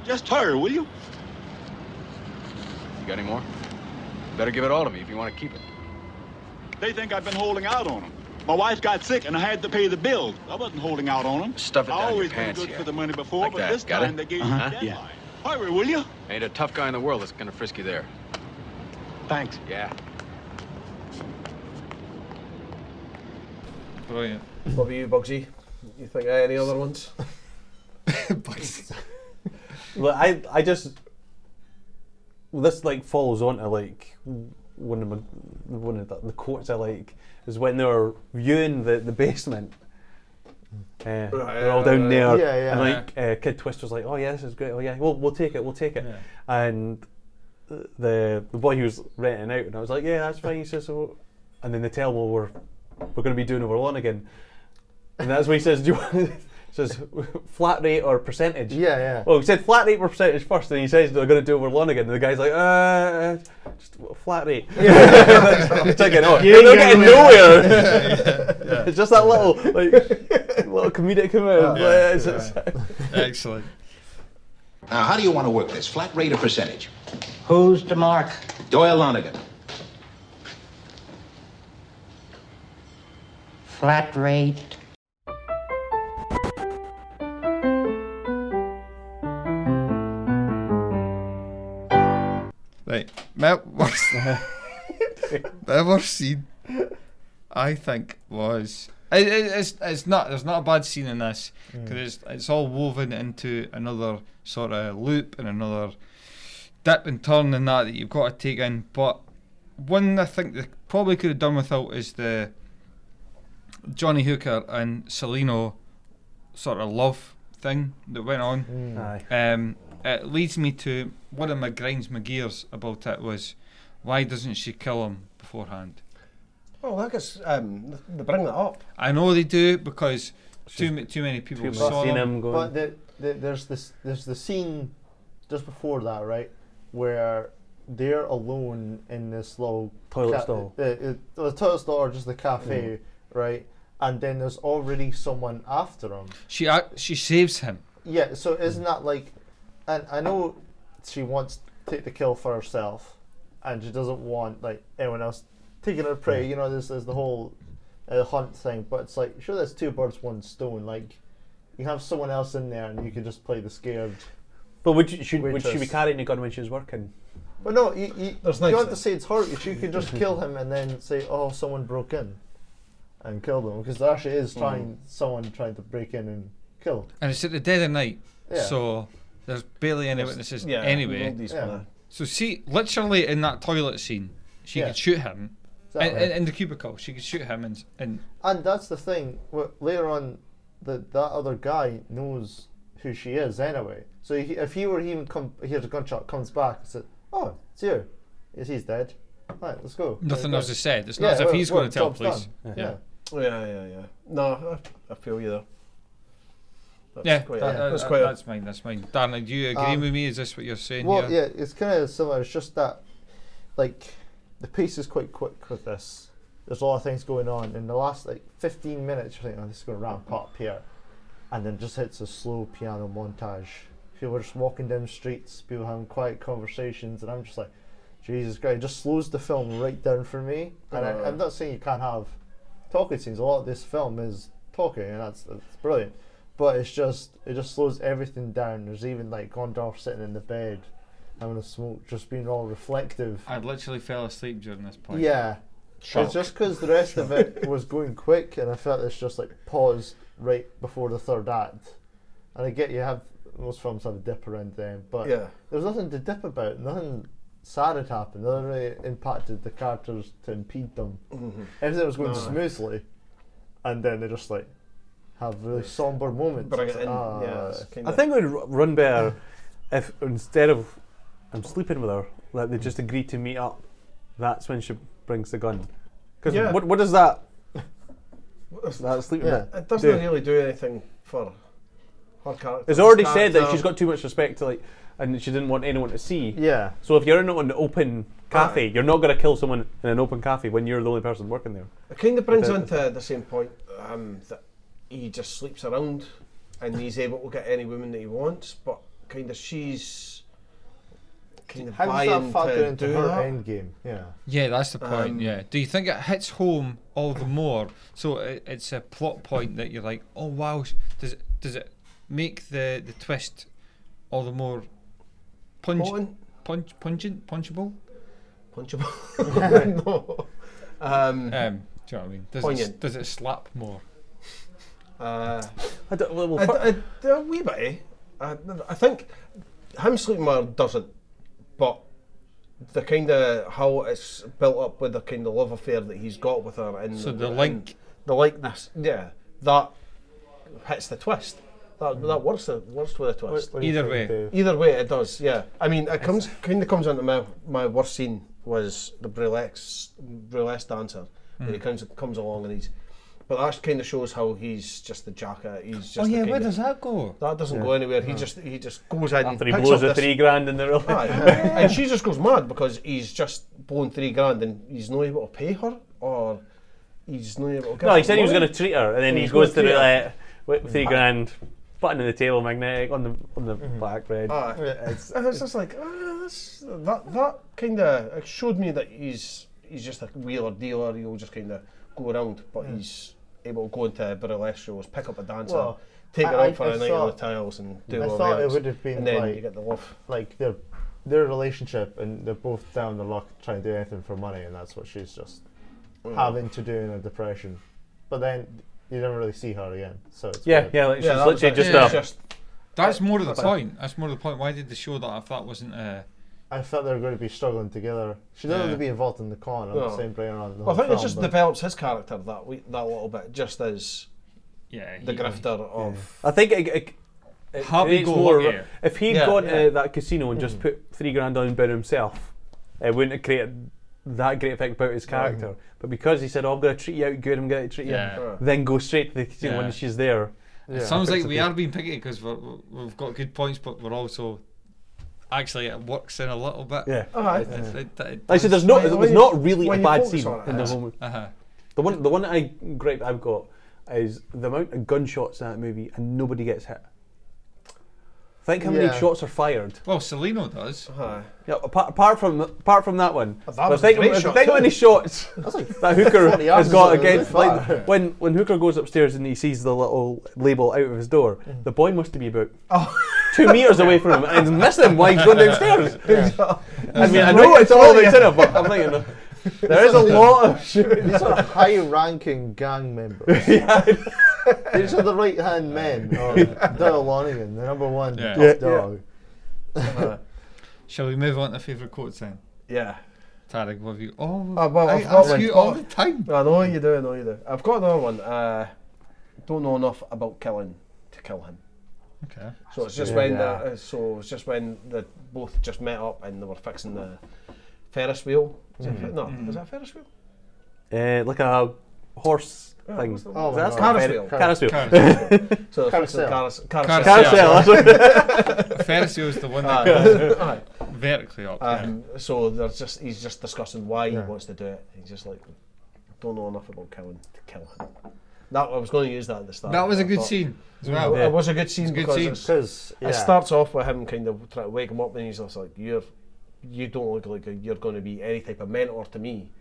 Just her, will you?
You got any more? Better give it all to me if you want to keep it.
They think I've been holding out on them. My wife got sick, and I had to pay the bills. I wasn't holding out on them.
Stuff it
I
down your
always been
pants
good
here.
for the money before,
Like
but
that,
this
got
time
it?
they gave
Uh-huh.
me a
Yeah.
deadline. Hurry, will you?
Ain't a tough guy in the world that's gonna frisk you there.
Thanks.
Yeah.
Brilliant.
What about you, Bugsy? You think of any other ones?
Bugs.
Look, I I just well, this like follows on to like one of my one of the, the quotes I like is when they were viewing the the basement. Uh, they're all down there,
Yeah, yeah.
and like uh, Kid Twister's like, "Oh yeah, this is great. Oh yeah, we'll we'll take it. We'll take it." And the the boy who was renting out, and I was like, "Yeah, that's fine." He says, so. and then they tell me we're we're going to be doing over on again, and that's when he says, "Do you want?" says flat rate or percentage?
Yeah, yeah.
Well, he said flat rate or percentage first, and he says they're going to do over loan again. And the guy's like, uh, just flat rate. Just thinking, oh,
You ain't
they're
getting
getting nowhere. It's just that little, like, little comedic amount.
Yeah.
Like, it's- it's-
Excellent.
Now, how do you want to work this? Flat rate or percentage?
Who's to mark?
Doyle Lonigan.
Flat rate.
Right, my worst, my worst scene, I think, was it, it, it's it's not there's not a bad scene in this because it's it's all woven into another sort of loop and another dip and turn and that that you've got to take in. But one I think they probably could have done without is the Johnny Hooker and Salino sort of love thing that went on.
Aye.
Um, it leads me to one of my grinds my gears about it was why doesn't she kill him beforehand?
Oh, that gets um, they bring that up.
I know they do because too ma- too many people
People
saw
seen
them.
him going.
But the, the, there's this there's the scene just before that, right, where they're alone in this little
Toilet stall.
uh, uh, the toilet stall or just the cafe, right? And then there's already someone after them.
She ac- she saves him.
Yeah, so isn't that like, and I know she wants to take the kill for herself, and she doesn't want like anyone else taking her prey. You know, there's there's the whole uh, hunt thing, but it's like sure that's two birds one stone. Like you have someone else in there, and you can just play the scared.
But would you, should would she be
Waitress.
carrying a gun when she was working?
But no, you, you,
There's
you
knives
have to
there.
say it's her. If you could just kill him and then say, "Oh, someone broke in," and kill them, because there actually is trying someone trying to break in and kill.
And it's at the dead of night,
Yeah.
so there's barely any
There's-
witnesses
yeah,
anyway.
nobody's Yeah. gonna-
So see, literally in that toilet scene, she
Yeah.
could shoot him.
Exactly.
In, in, in the cubicle, she could shoot him, and, and
And that's the thing. wh- Later on, that that other guy knows who she is anyway. So he, if he were even come, hears a gunshot, comes back and says, "Oh, it's you. Yes, he's dead. Right, let's go."
Nothing
Right,
else
go.
is said. It's not as if
well,
he's
well,
gonna tell
job's
police.
done.
Yeah.
Yeah, yeah, yeah. No, I, I feel you there. That's
yeah,
quite
that-
a-
that-
that's
that-
quite a-
that's mine. That's mine. Darren, do you agree
Um,
with me? Is this what you're saying
Well,
here?
yeah, it's kind of similar. It's just that, like, the pace is quite quick with this. There's a lot of things going on. In the last like 15 minutes, you're thinking, oh, this is going to ramp up here, and then just hits a slow piano montage. People are just walking down streets, people having quiet conversations, and I'm just like, Jesus Christ! It just slows the film right down for me. And I, I'm not saying you can't have talking scenes. A lot of this film is talking, and that's, that's brilliant. But it's just it just slows everything down. There's even like Gondorf sitting in the bed, having a smoke, just being all reflective.
I literally fell asleep during this point.
Yeah, it's just because the rest of it was going quick, and I felt it's just like pause right before the third act. And I get you have most films have a dip around then, but
Yeah.
there's nothing to dip about. Nothing sad had happened. Nothing really impacted the characters to impede them.
Mhm.
Everything was going
No.
smoothly, and then they just like have really somber moments.
Bring it
It's
in,
like,
yeah,
ah.
it's kind
I think it would r- run better if instead of I'm sleeping with her, that they just agreed to meet up. That's when she brings the gun. Because
Yeah.
what what does that? that sleeping bit
It doesn't
do?
really do anything for her character.
It's already said that
Character.
she's got too much respect to like, and she didn't want anyone to see.
Yeah.
So if you're in an open cafe, you're not gonna kill someone in an open cafe when you're the only person working there.
It kind of brings
Without
on to the same point um, that he just sleeps around and he's able to get any woman that he wants, but kind of she's kind of
How does
buying
that factor
to
into
do
her
that.
end game? Yeah.
Yeah, that's the point.
Um,
yeah. Do you think it hits home all the more? So it, it's a plot point that you're like, oh wow, sh- does it, does it make the, the twist all the more punch, punch pungent, punchable?
Punchable. no.
um, do you
Um,
know what I mean? Does it, s-
poignant.
does it slap more?
Uh,
I don't, well,
I, I- a wee bit. eh? I, I think him sleeping with her doesn't, but the kind of how it's built up with the kind of love affair that he's got with her, and
So the
and
link.
the likeness, yeah, that hits the twist. That
Mm.
that works the worst with a twist.
what do you Either think, way. Dave?
either way, it does. Yeah, I mean, it comes kind of comes into my my worst scene was the burlesque burlesque dancer when he
Mm.
comes comes along and he's. But that kind of shows how he's just the jacket. He's just
Oh
the
yeah,
kind
where
of-
does that go?
that doesn't
Yeah.
go anywhere. He
No.
just he just goes in
After
and
he
picks
blows
up
the
this-
three grand in the room.
Aye. and she just goes mad because he's just blown three grand and he's not able to pay her or he's not able to. Give
No, he
her
said he was
money.
going to treat her, and then
He
he
was
goes to
gonna
the
treat her.
uh, with three
Mm.
grand button on the table, magnetic on the on the
Mm-hmm.
black red.
Aye.
it's,
and it's just like ah, that's, that that kind of it showed me that he's he's just a wheeler dealer. He'll just kind of go around, but he's able to go into burlesque shows, pick up a dancer.
Well,
Take
I-
her
I-
out for
I
a night on the
thought-
tiles and do
I
all
thought
the
it
acts.
would have been
and then
like
you get the love.
like their their relationship, and they're both down the luck trying to do anything for money, and that's what she's just
Mm.
having to do in her depression. But then you never really see her again, so it's
Yeah,
weird.
yeah, like, Yeah, she's that was literally it. just Yeah. a- Just-
That's more of the
But-
point. That's more of the point. Why did they show that if that wasn't a
I felt they were going to be struggling together. She doesn't
Yeah.
have to be involved in the con. I'm
No.
not saying bring her on. The
Well, I
whole
think
film,
it just
but-
develops his character that we, that little bit, just as
yeah,
the
he-
grifter of.
I think it, it, it
Happy
creates
go
more.
lucky.
If he'd
Yeah. Mm-hmm.
gone
Yeah.
to that casino and just put three grand on by himself, it wouldn't have created that great effect about his character. But because he said, "Oh, I'm going to treat you out good. I'm going to treat you,"
Yeah. Sure.
out, then go straight to the casino
Yeah.
when she's there.
It sounds like we are being picky because we've got good points, but we're also actually it works in a little bit.
Yeah.
Aye.
It- it- it
Like I
does.
said, there's not.
When-
It
when
was
you-
not really a
when you
bad
focus
scene
on it,
in the
yeah.
moment.
Uh-huh.
The one, the one that I gripe I've got is the amount of gunshots in that movie and nobody gets hit. Think how
Yeah.
many shots are fired.
Well, Celino does.
Uh-huh.
Yeah, apart, apart from apart from that one.
That
But
was a
think,
great
think
shot
how
too.
many shots that Hooker
40
has
yards
got
is a
against.
really
Like,
far.
when
Mm-hmm. Oh.
when Hooker goes upstairs and he sees the little label out of his door, the boy must be about two two metres away from him and missed him while he's going downstairs. I mean, I
No,
know it's
it's
all
only-
that's in it, but I'm thinking, uh, there is a lot of shooting.
These are high-ranking gang members. These are the right-hand men of Doyle Lonigan, the number one
Yeah.
top
Yeah.
dog.
Shall we move on to favourite quotes then?
Yeah.
Tarek, what have you? Oh,
Uh, well,
I
I've got
ask
one.
you all the time.
I know you do. I know you do. I've got another one. Uh, don't know enough about killing to kill him.
Okay.
So it's just
Yeah.
when the, so it's just when the both just met up and they were fixing the Ferris wheel. Is
Mm.
it fer-
Mhm.
No, is that Ferris wheel?
Uh, like a horse thing.
Oh,
That's not
Ferris
very-
wheel.
Carousel.
so they're fixing the carousel. Carousel.
Ferris wheel's the one that
Aye.
goes
Ah, Aye.
vertically up.
Um, So there's just he's just discussing why he wants to do it. He's just like, don't know enough about killing to kill him. That I was going to use that at the start.
That was a
I
good
thought-
scene as well.
It was a good
It's
scene
a good
because
scene.
it's-
'Cause, yeah.
it starts off with him kind of trying to wake him up, and he's just like, "You're, you don't look like you're going to be any type of mentor to me.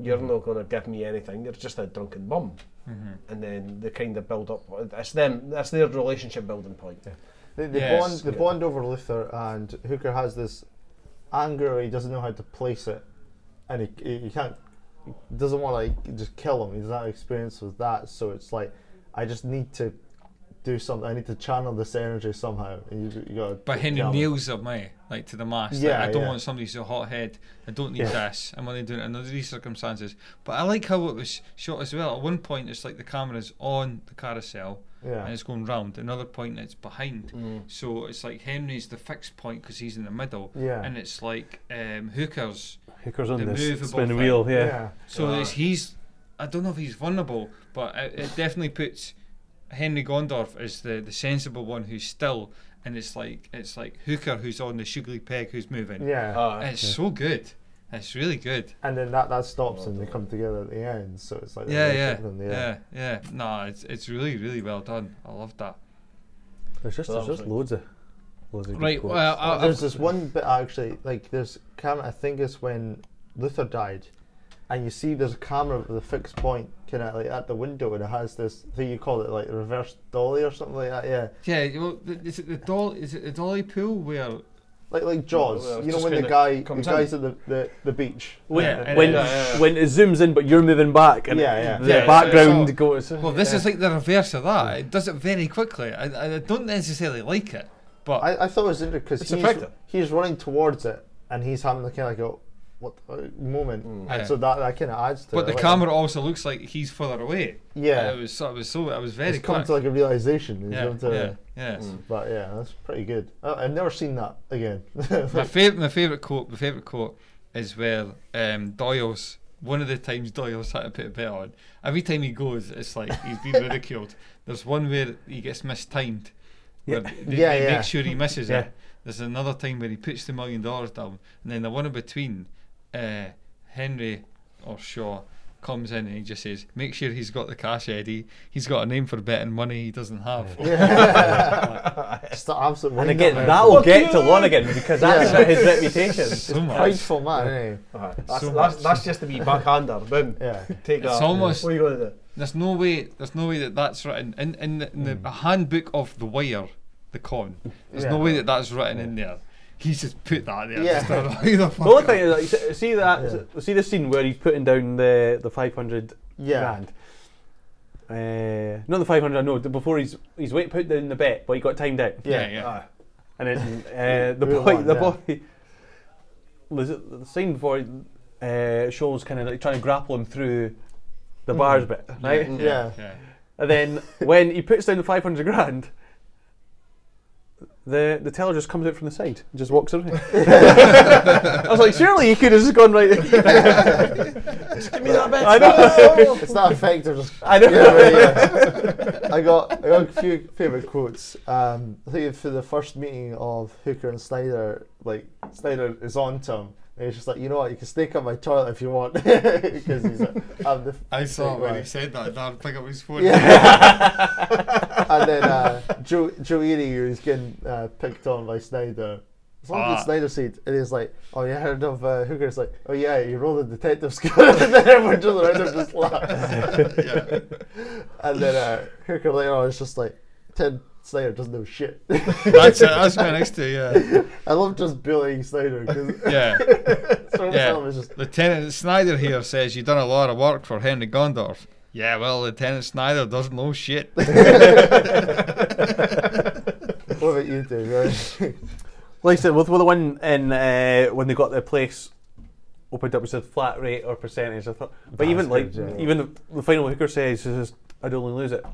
You're
Mm-hmm.
Mhm.
not going to give me anything. You're just a drunken bum."
Mhm.
And then they kind of build up. That's them. That's their relationship building point.
They, they bond, they bond over Luther, and Hooker has this anger. He doesn't know how to place it, and he, he, he can't. He doesn't want to like, just kill him. He's not experienced with that, so it's like, I just need to do something. I need to channel this energy somehow. And you, you got.
But Henry nails them, eh? Like to the mast. Like,
Yeah,
I don't
yeah.
want somebody who's a hot head. I don't need
Yeah.
this. I'm only doing it under these circumstances. But I like how it was shot as well. At one point, it's like the camera's on the carousel
Yeah.
and it's going round. Another point, it's behind.
Mm.
So it's like Henry's the fixed point because he's in the middle.
Yeah.
And it's like um, Hooker's.
Hooker's on
the
this
movable
spinning
thing.
wheel, yeah. Yeah.
So
Yeah.
it's, he's. I don't know if he's vulnerable, but it, it definitely puts Henry Gondorf as the, the sensible one who's still, and it's like it's like Hooker who's on the sugary peg who's moving.
Yeah. Ah,
it's
yeah.
so good. It's really good.
And then that, that stops, and they come together at the end. So it's like they're
Yeah,
really
yeah,
kicking in the air.
yeah, yeah. No, it's it's really really well done. I love that.
There's just, there's just loads of, loads of good
Right,
quotes.
well, I-
there's this one bit actually, like there's camera. I think it's when Luther died, and you see there's a camera with a fixed point, kind of like at the window, and it has this thing you call it like reverse dolly or something like that. Yeah,
Yeah, you know, th- is it the doll? Is it the dolly pool where?
like like Jaws. you know when the guy, the guys at the, the, the beach.
When,
Yeah, and
when,
then- Yeah, yeah.
when it zooms in, but you're moving back, and
Yeah, yeah.
the
Yeah, so-
background
so-
goes.
Well, this is like the reverse of that. It does it very quickly. I, I don't necessarily like it, but
I, I thought it was interesting because
It's
he's,
effective.
he's running towards it, and he's having the kind of like a what the- uh, moment, and
Yeah.
so that, that kind of adds to.
But
it.
the
like-
camera also looks like he's further away.
Yeah.
it was. so- It was so. It was very.
It's come
quick.
to like a realization. He's
Yeah,
come to- Hmm.
yeah, yes. Mm.
But yeah, that's pretty good. Oh, I've never seen that again.
my favorite, my favorite quote, my favorite quote is where um, Doyle's one of the times Doyle's had to put a bet on. Every time he goes, it's like he's being ridiculed. There's one where he gets mistimed. Where
Yeah.
they,
Yeah,
they
yeah.
make sure he misses
Yeah.
it. There's another time where he puts the million dollars down, and then the one in between, uh, Henry or Shaw comes in and he just says, "Make sure he's got the cash, Eddie. He's got a name for betting money he doesn't have."
It's the absolute wingnut,
And again,
man.
that'll Fuck get to you. Lonergan because that's his reputation.
He's
So much.
prideful man, isn't he?
Ah,
Aye, that's, that's, that's just to be backhander. Boom. Yeah. Take
It's
that.
almost.
What are you going to do?
There's no way. There's no way that that's written in in the, in the handbook of the wire, the con. There's no
Yeah.
way that that's written in there. He's just put that there.
Yeah.
Just to annoy the
The only
fuck
thing
out.
is, like, s- see that, s- see the scene where he's putting down the the five hundred
Yeah.
grand. Uh, not the five hundred. No, the- before he's he's wait put down the bet, but he got timed out.
Yeah, Yeah, yeah. Aye.
And then uh, the
Real
boy,
one,
the
yeah.
boy, was it the scene before uh, shows kind of like trying to grapple him through the
Mhm.
bars bit,
Yeah,
right?
yeah, Yeah. yeah.
And then when he puts down the five hundred grand. The, the teller just comes out from the side and just walks away. I was like, surely he could have just gone right.
Just
give me that bit. I know.
it's not effective. Just
I know.
Yeah, yeah, yeah. I got I got a few favorite quotes. Um, I think for the first meeting of Hooker and Snyder, like Snyder is on to him. And he's just like, you know what, you can sneak up my toilet if you want, because he's like, I'm the.
I saw
big
when
man.
he said that. Dad pick up his phone.
Yeah. and then uh, Joe, Joe Eady, who's getting uh, picked on by Snyder. As long
Ah.
as Snyder said, it is like, oh, you heard of uh, Hooker? It's like, oh, yeah, you rolled a detective school. and then everyone just around him just laughs. and then uh, Hooker later on is just like, 10 Snyder doesn't know shit.
That's it, that's my next two, yeah.
I love just bullying Snyder because
Yeah.
Sorry,
yeah.
Tom, it's just-
Lieutenant Snyder here says you've done a lot of work for Henry Gondorf. Yeah, well, Lieutenant Snyder doesn't know shit.
what about you two, guys?
Like I said, with, with the one in uh, when they got the place opened up, it said flat rate or percentage. I thought, but even like
Bastards, yeah.
even the, the final hooker says, is just, "I'd only lose it,"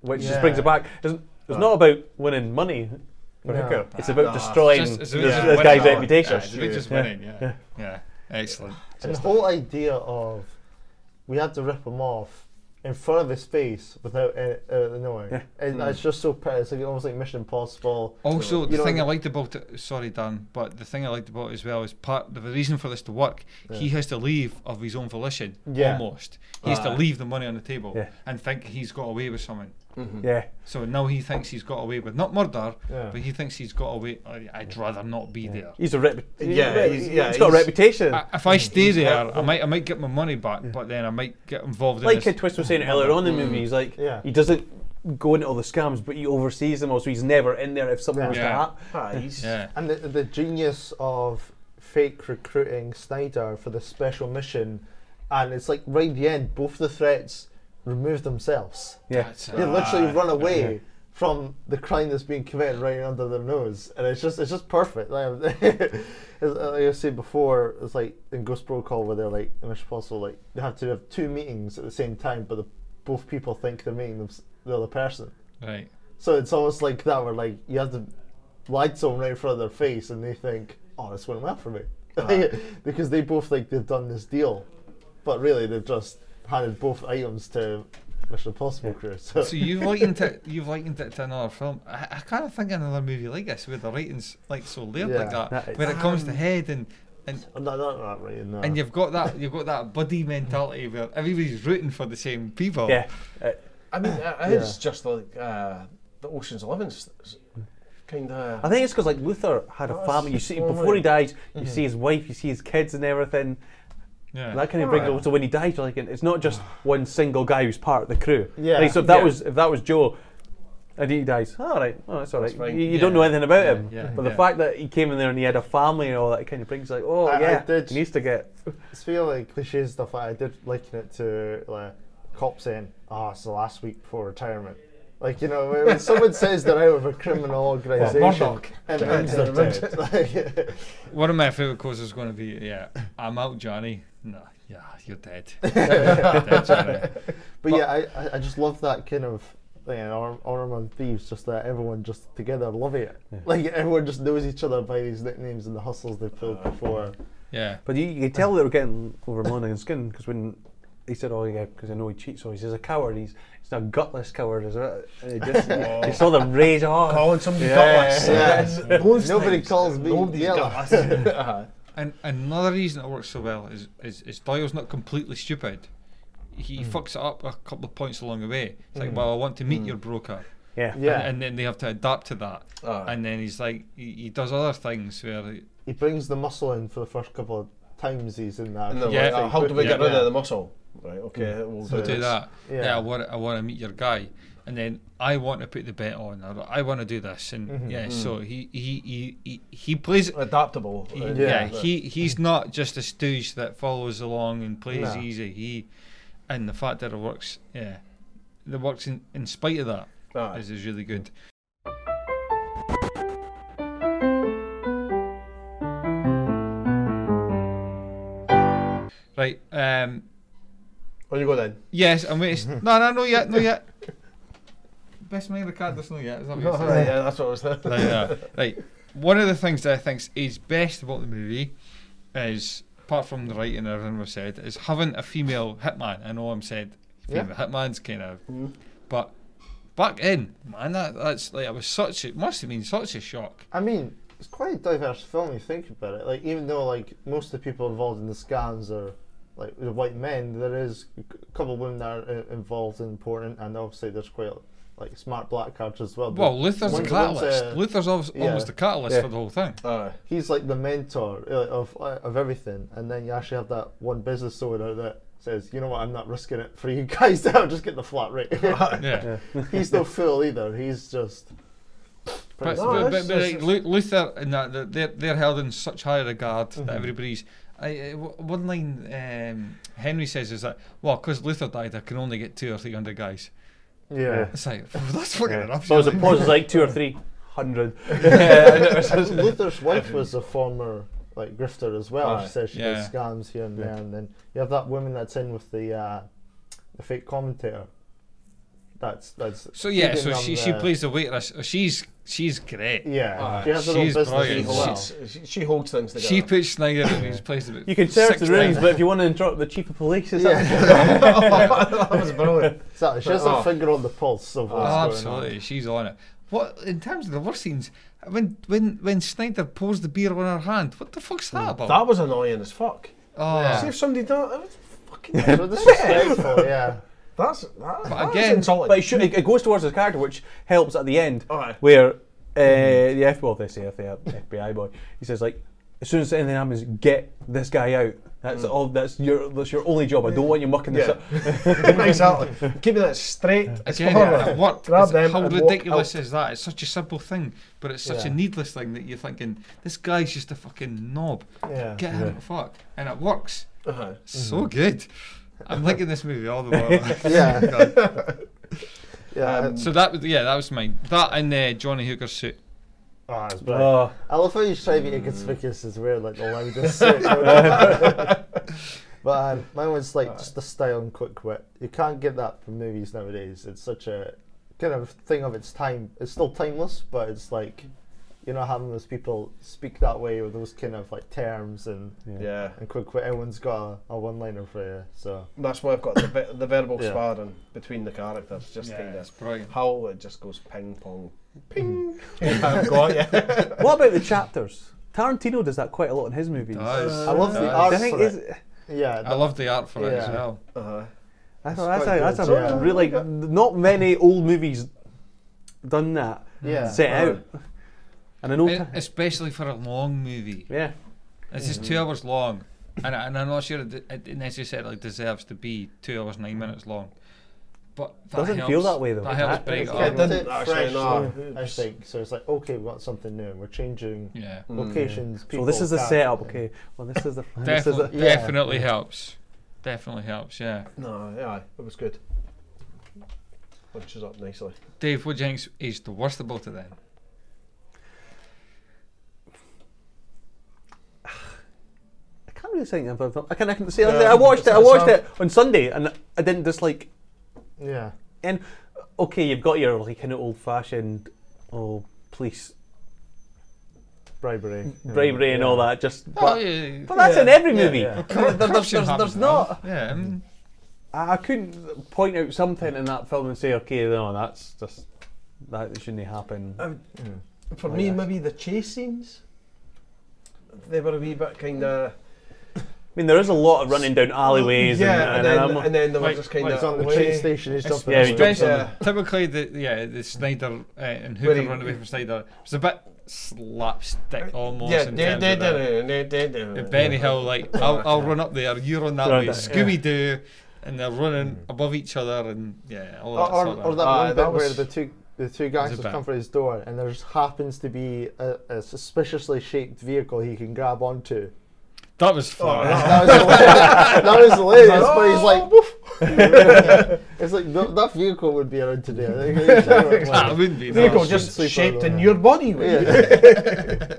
which just brings it
Yeah.
back. It's, it's
Uh.
not about winning money for
No.
hooker. It's
Nah,
about
nah, it's
destroying
just- it's
this,
about just
this
winning
guy's
all.
reputation.
Yeah, it's about just winning, yeah.
Yeah, excellent.
And the whole idea of we had to rip him off in front of his face without any, uh, knowing,
Yeah.
and
Mm.
it's just so petty. It's like almost like Mission Impossible.
Also, the
You know,
thing I liked about it, sorry Dan, but the thing I liked about it as well is part of the reason for this to work, he
Yeah.
has to leave of his own volition,
Yeah.
almost. He has to
Aye.
leave the money on the table
Yeah.
and think he's got away with something.
Mhm. Yeah.
So now he thinks he's got away with not murder,
Yeah.
but he thinks he's got away. I- I'd rather not be there.
He's a repu- Yeah, he's- yeah, he's got a reputation.
I- if I stay
He's
there, I
helpful.
might I might get my money back, but then I might get involved. in
like
this
Kid Twist was saying earlier on in the movie, he's like
Yeah.
he doesn't go into all the scams, but he oversees them all, so he's never in there if something was
Yeah.
to
happen.
And the, the genius of fake recruiting Snyder for this special mission, and it's like right at the end, both the threats remove themselves.
Yeah. That's
they literally
right.
run away.
Yeah.
From the crime that's being committed right under their nose, and it's just it's just perfect. Like, as I said before, it's like in Ghost Protocol where they're like in Mission Impossible, like they have to have two meetings at the same time, but the, both people think they're meeting them, the other person.
Right.
So it's almost like that, where like you have to lie to someone right in front of their face, and they think, "Oh, this went well for me," because they both think they've done this deal, but really they've just handed both items to Mission Impossible crew. So,
so you've likened it. You've likened it to another film. I, I can't think of another movie like this where the writing's like so layered like
Yeah.
that,
That
where
is-
it comes to
Um,
head and and
not, not that writing, no.
and you've got that you've got that buddy mentality where everybody's rooting for the same people.
Yeah.
I mean, uh, it's just like uh, the Ocean's Eleven kind of.
I think it's because like Luther had a
That's
family. You see,
probably-
before he died, you
Mhm.
see his wife, you see his kids, and everything.
Yeah.
That kind of brings
Alright.
it. So when he died, you're like it's not just one single guy who's part of the crew.
Yeah.
Like, so if that
Yeah.
was if that was Joe, and he dies, all right, oh that's all right.
That's fine.
You, you
Yeah.
don't know anything about him.
yeah,
but the
yeah.
fact that he came in there and he had a family and all that, it kind of brings like, oh
I- I
yeah,
did-
he needs to get.
it's feel like cliche stuff. I did liken it to like cops saying, "Ah, it's the last week before retirement." Like you know, when when someone says they're out of a criminal organisation,
Murdoch.
and
Dead.
ends up dead. Like,
One of my favourite quotes is going to be, "Yeah, I'm out, Johnny. No, yeah, you're dead. Dead, Johnny."
but, yeah, I, I- I just love that kind of thing in Arm, Arm and Thieves, just that everyone just together love it. Like everyone just knows each other by these nicknames and the hustles they pulled before.
Yeah.
But you, you could tell they were getting over Monaghan's skin because when he said, "Oh yeah," because I know he cheats, so he's just a coward. He's he's a gutless coward. Is it? And it just,
Whoa.
you saw the rage "Oh." on.
Calling somebody gutless. Yeah. Those Nobody things. calls me Nobody's yellow. gutless. Uh-huh.
and another reason it works so well is is, is Doyle's not completely stupid. He
Hmm.
fucks it up a couple of points along the way. It's like,
Mm.
well, I want to meet your broker.
Yeah.
And-
Yeah.
And, then they have to adapt to that. and then he's like, he, he does other things where. he-
He brings the muscle in for the first couple of times he's in that.
And they're like, "Oh, how do we get rid of the muscle? Right, okay, we'll
So
do,
do
this.
that. Yeah,
Yeah.
I want I want to meet your guy, and then I want to put the bet on, or I want to do this, and
Mhm.
yeah.
Mm.
So he he, he he he plays
adaptable.
He, yeah,
uh, yeah.
he he's not just a stooge that follows along and plays
No.
easy. He and the fact that it works, yeah, it works in, in spite of that is is really good. Right. Um,
on you go then.
Yes, I'm waiting. no, no, no yet, no yet. Best man Ricardo, no yet. Is that what you're
No,
saying?
yeah, that's what I was saying.
Like, yeah. uh, Right. One of the things that I think is best about the movie is, apart from the writing and everything we've said, is having a female hitman. I know I'm said
Yeah. Mm-hmm.
female hitman's kind of, but back in man, that, that's like it was such. It must have been such a shock.
I mean, it's quite a diverse film. when You think about it. Like, even though like most of the people involved in the scans are like the white men, there is a c- couple of women that are uh, involved and important, and obviously there's quite like smart black cards as well. but
Well, Luther's the
one's- one's,
catalyst.
uh,
Luther's almost,
yeah.
almost the catalyst
Yeah.
for the whole thing.
He's like the mentor uh, of uh, of everything, and then you actually have that one business owner that says, "You know what? I'm not risking it for you guys. I'll just get the flat rate."
Yeah.
he's no fool either. He's just
But, but, but, but like, Lu- Luther and that that they're they're held in such high regard that
Mhm.
everybody's. I, I- w- one line um, Henry says is that well, because Luther died, I can only get two or three hundred guys.
Yeah.
it's like that's fucking
Yeah.
enough.
So as
surely.
opposed to like two or three hundred.
Luther's wife was a former like grifter as well.
Aye.
She says she
Yeah.
does scams here and
Yeah.
there, and then you have that woman that's in with the uh, the fake commentator. That's that's.
So yeah,
feeding
so
them
she she
the-
plays the waitress. Oh, She's she's great.
Yeah,
Ah,
she has her own
she's
business
brilliant.
as well.
She's-
She, she holds things together.
She puts Schneider in his place. about
You can search the
six
rooms,
times.
but if you want to interrupt the chief of police, it's
that
was brilliant.
Exactly. She has her
Oh.
finger on the pulse of what's
Oh,
going on.
absolutely, she's on it. What in terms of the worst scenes? When when when Snyder pours the beer on her hand, what the fuck's that about?
That was annoying as fuck.
Oh.
See if somebody done that was fucking
So disrespectful, yeah.
That's that, that
But
again, is insulting.
but it, should, it, it goes towards his character, which helps at the end, where uh, the F well they say if they are FBI boy, he says like, as soon as anything happens, get this guy out. That's all. That's your that's your only job. I don't want you mucking this
Yeah.
up.
exactly. Keep that straight. as
Again, uh,
far
it
as-
worked.
Grab
It's-
them.
How
and walk
ridiculous
out.
is that? It's such a simple thing, but it's such
Yeah.
a needless thing that you're thinking this guy's just a fucking knob.
Yeah.
Get
Yeah.
him the fuck, and it works.
Uh-huh.
So
Mhm.
good. I'm liking this movie all the while.
Yeah.
God.
Yeah,
Um, so that was yeah, that was mine. That and uh, Johnny Hooker's suit.
Oh, that's
brilliant.
Uh,
Oh. I love how you try to be inconspicuous as well, like oh, the loudest. suit. but um, mine was like just the style and quick wit. You can't get that from movies nowadays. It's such a kind of thing of its time. It's still timeless, but it's like you're not having those people speak that way with those kind of like terms and
Yeah. Yeah.
and quick wit. Everyone's got a, a one liner for you, so
That's why I've got the, ve- the verbal
Yeah.
sparring between the characters, just
Yeah,
kind
it's
of
brilliant.
how it just goes ping pong, ping. I've got you.
what about the chapters? Tarantino does that quite a lot in his movies.
Does.
I love the art
I think
for
it's-
it. Yeah,
I love the art for it as
Yeah.
well.
Uh-huh.
I
It's
thought that's
quite
a, that's a
good, yeah.
really like not many old movies done that.
Yeah.
Set
Right.
out. And I know.
E- especially for a long movie.
Yeah,
it's just
Mm-hmm.
two hours long, and, I- and I'm not sure it, d- it necessarily deserves to be two hours
Mm.
nine minutes long. But that
Doesn't
helps,
feel that way, though.
That helps
That-
break it
it
up.
didn't
It's fresh, I think so. It's like okay, we've got something new. We're changing
Yeah.
Mm.
locations.
So
people,
this is the
characters.
setup, okay. Well, this is the- this is
Definitely,
the-
Yeah.
definitely helps. Definitely helps. Yeah.
Mm-hmm.
No, yeah, it was good. Punches up nicely.
Dave, what do you think is the worst about it then?
I can't really think. Of, of- I can. I can say. like,
Yeah,
I watched it. I
it's
watched
hard.
it on Sunday, and I didn't dislike.
Yeah.
And okay, you've got your like kind of old-fashioned, oh, police
bribery,
bribery, and all that. Just.
Oh,
but,
yeah,
but that's
yeah.
in every
Yeah,
movie.
yeah. Of
There- there-
course
there's
you
there's-
have
there's
them.
not.
Yeah. I mean,
I, I couldn't point out something in that film and say, okay, no, that's just that shouldn't happen.
Um, For
Oh,
me, maybe the chase scenes. They were a wee bit kind of.
I mean, there is a lot of running down alleyways.
Yeah,
and,
and then-
I'm-
and then there was Like- just kinda- like on the train station, he's jumping
Yeah,
on
he
the
jumps
train.
on
Yeah.
typically, the yeah, the Snyder uh, and
Where
Hooker
he- Uh,
run away from Snyder. It's a bit slapstick almost.
Yeah,
in
they-
terms
they
of that.
did it, they did it.
Uh, Benny Hill, like I'll, I'll run up there, you run that
Run
way,
that- Mm.
Scooby Doo, and they're running above each other, and yeah, all that
or,
sort of.
or that
Ah,
one bit where
was-
the two the two
was a
gangsters
bit-
come for his door, and there just happens to be a, a suspiciously shaped vehicle he can grab onto.
That was
fun. Oh, that was hilarious. that was hilarious, but he's
Oh,
like, woof. it's like no, that vehicle would be around today. I think it's like-
Nah, it wouldn't be. Vehicle
Sleep-
just
sleep
shaped
over
in
there.
your body, wouldn't
Yeah.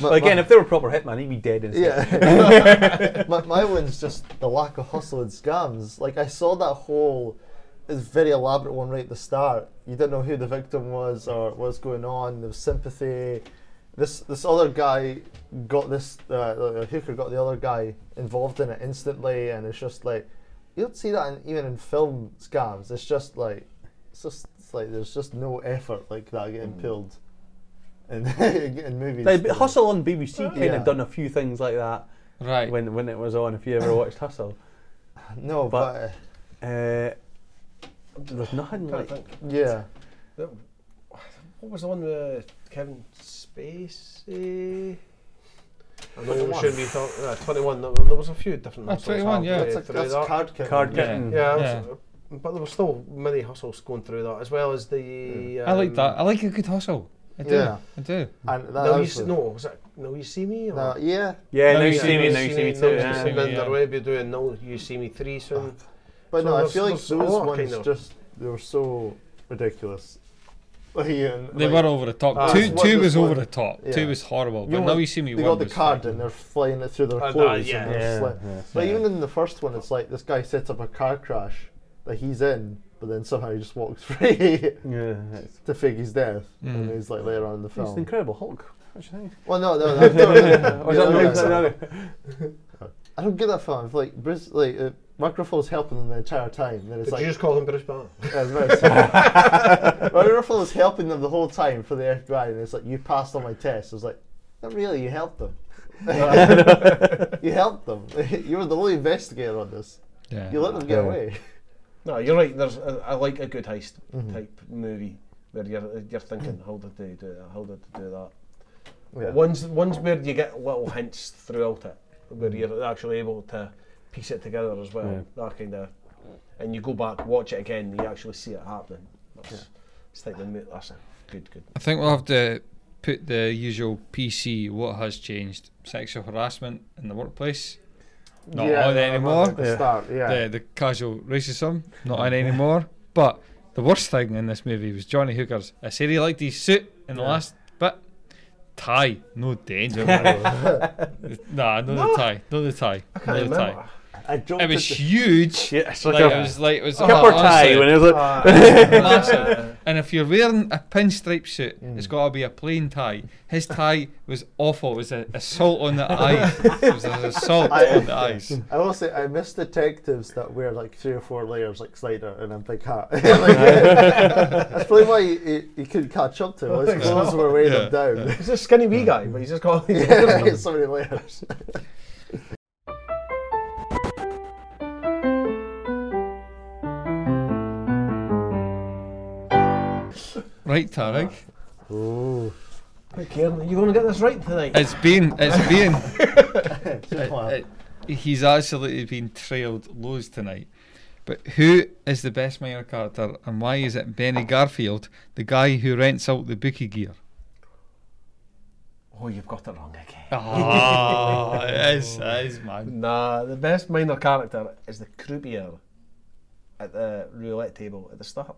But again, if they were proper hitman, he'd be dead instead.
Yeah. my, my one's just the lack of hustle and scams. Like I saw that whole, this very elaborate one right at the start. You didn't know who the victim was or what was going on. There was sympathy. This this other guy got this uh, uh, hooker got the other guy involved in it instantly, and it's just like you don't see that in, even in film scams. It's just like it's just it's like there's just no effort like that getting pulled. In, in movies,
Like, Hustle on BBC kind
Yeah.
of done a few things like that.
Right.
When when it was on, if you ever watched Hustle.
No, but,
uh, there's nothing
Can't
like.
think.
uh, Yeah.
That- What was the one with uh, Kevin Spacey? I know we
21.
shouldn't be talking. Uh, 21. There, there was a few different
Oh,
hustles.
21, yeah.
halfway
That's a-
through
that's
that.
Card Kitten. Card Kitten.
Yeah.
Yeah.
it was- uh, but there were still many hustles going through that, as well as the.
I like
um,
that. I like a good hustle. I do.
Yeah.
I do.
And that
Now you,
was
s-
the-
no, was it Now You See Me? Or?
No, yeah.
Yeah, Now Now You You See See Me, Me, Now You See Me too,
Now
yeah.
You See Me,
Yeah.
They're already doing Now You See Me 3 soon.
But
So
no, I
there's-
feel like
there's
those
a lot
ones
kind of-
just they were so ridiculous. Like, and,
They
like-
were over the top.
Ah,
Two-
it's what
two
this
was over
one-
the top. Two was horrible, but
know
Now
when
You See Me
They
one
got the
was
card and they're flying it through their
Ah,
clothes.
nah,
and
yeah.
they're
Yeah,
sli-
yeah,
Like
yeah.
even in the first one, it's like this guy sets up a car crash that he's in, but then somehow he just walks free to fake his death,
Hmm.
and he's like later on in the
He's
film.
the Incredible Hulk. What do you think?
Well, no, no, no, no, no, no.
Or is
Yeah,
that-
no,
is that
no.
another-
I don't get that film. If like Bruce, like uh, Mark Ruffalo's helping them the entire time, then it's
Did
like
you just call him Bruce Banner?
Yeah, very sorry. Mark Ruffalo's helping them the whole time for the FBI, and it's like you passed all my tests. I was like, not really. You helped them. you helped them. you were the only investigator on this.
Yeah.
You let them get
Yeah.
away.
No, you're right. There's I, I like a good heist
Mhm.
type movie where you're you're thinking, how did they do that? How did they do that?
Mm. Yeah.
But Ones ones where you get little hints throughout it, where
Mm.
you're actually able to piece it together as well.
Yeah.
That kind of, and you go back, watch it again, and you actually see it happening. That's, it's like the mo- that's a good good.
I think we'll have to put the usual PC what has changed sexual harassment in the workplace. Not
Yeah,
on
no,
anymore.
not at the Oh, Yeah. start, yeah.
The, the casual racism, not on anymore. But the worst thing in this movie was Johnny Hooker's. I said he liked his suit in the
Yeah.
last bit. Tie, no danger. nah, not the
No.
tie, not the tie,
I can't
not the tie.
remember. I dropped
it was
it to-
huge.
Yeah, it's
like
like a
it was like it was
kipper tie
honestly,
when it was like- Ah,
massive. And if you're wearing a pinstripe suit,
Mm.
it's got to be a plain tie. His tie was awful. It was an assault on the eyes. It was an assault on the eyes.
I will say I miss detectives that wear like three or four layers like Snyder and a big hat. Like, that's probably why he, he, he couldn't catch up to him. His clothes were weighing him down.
He's a skinny wee guy, but he's just got all these
yeah,
layers on.
so many layers.
Right, Tarek.
Ooh.
Hey, Kieran, you going to get this right tonight?
It's been. It's been.
Just
it- it- he's absolutely been trailed lows tonight. But who is the best minor character, and why is it Benny Garfield, the guy who rents out the bookie gear?
Oh, you've got it wrong again.
Ah, it is, it is, man.
Nah, the best minor character is the croupier at the roulette table at the start.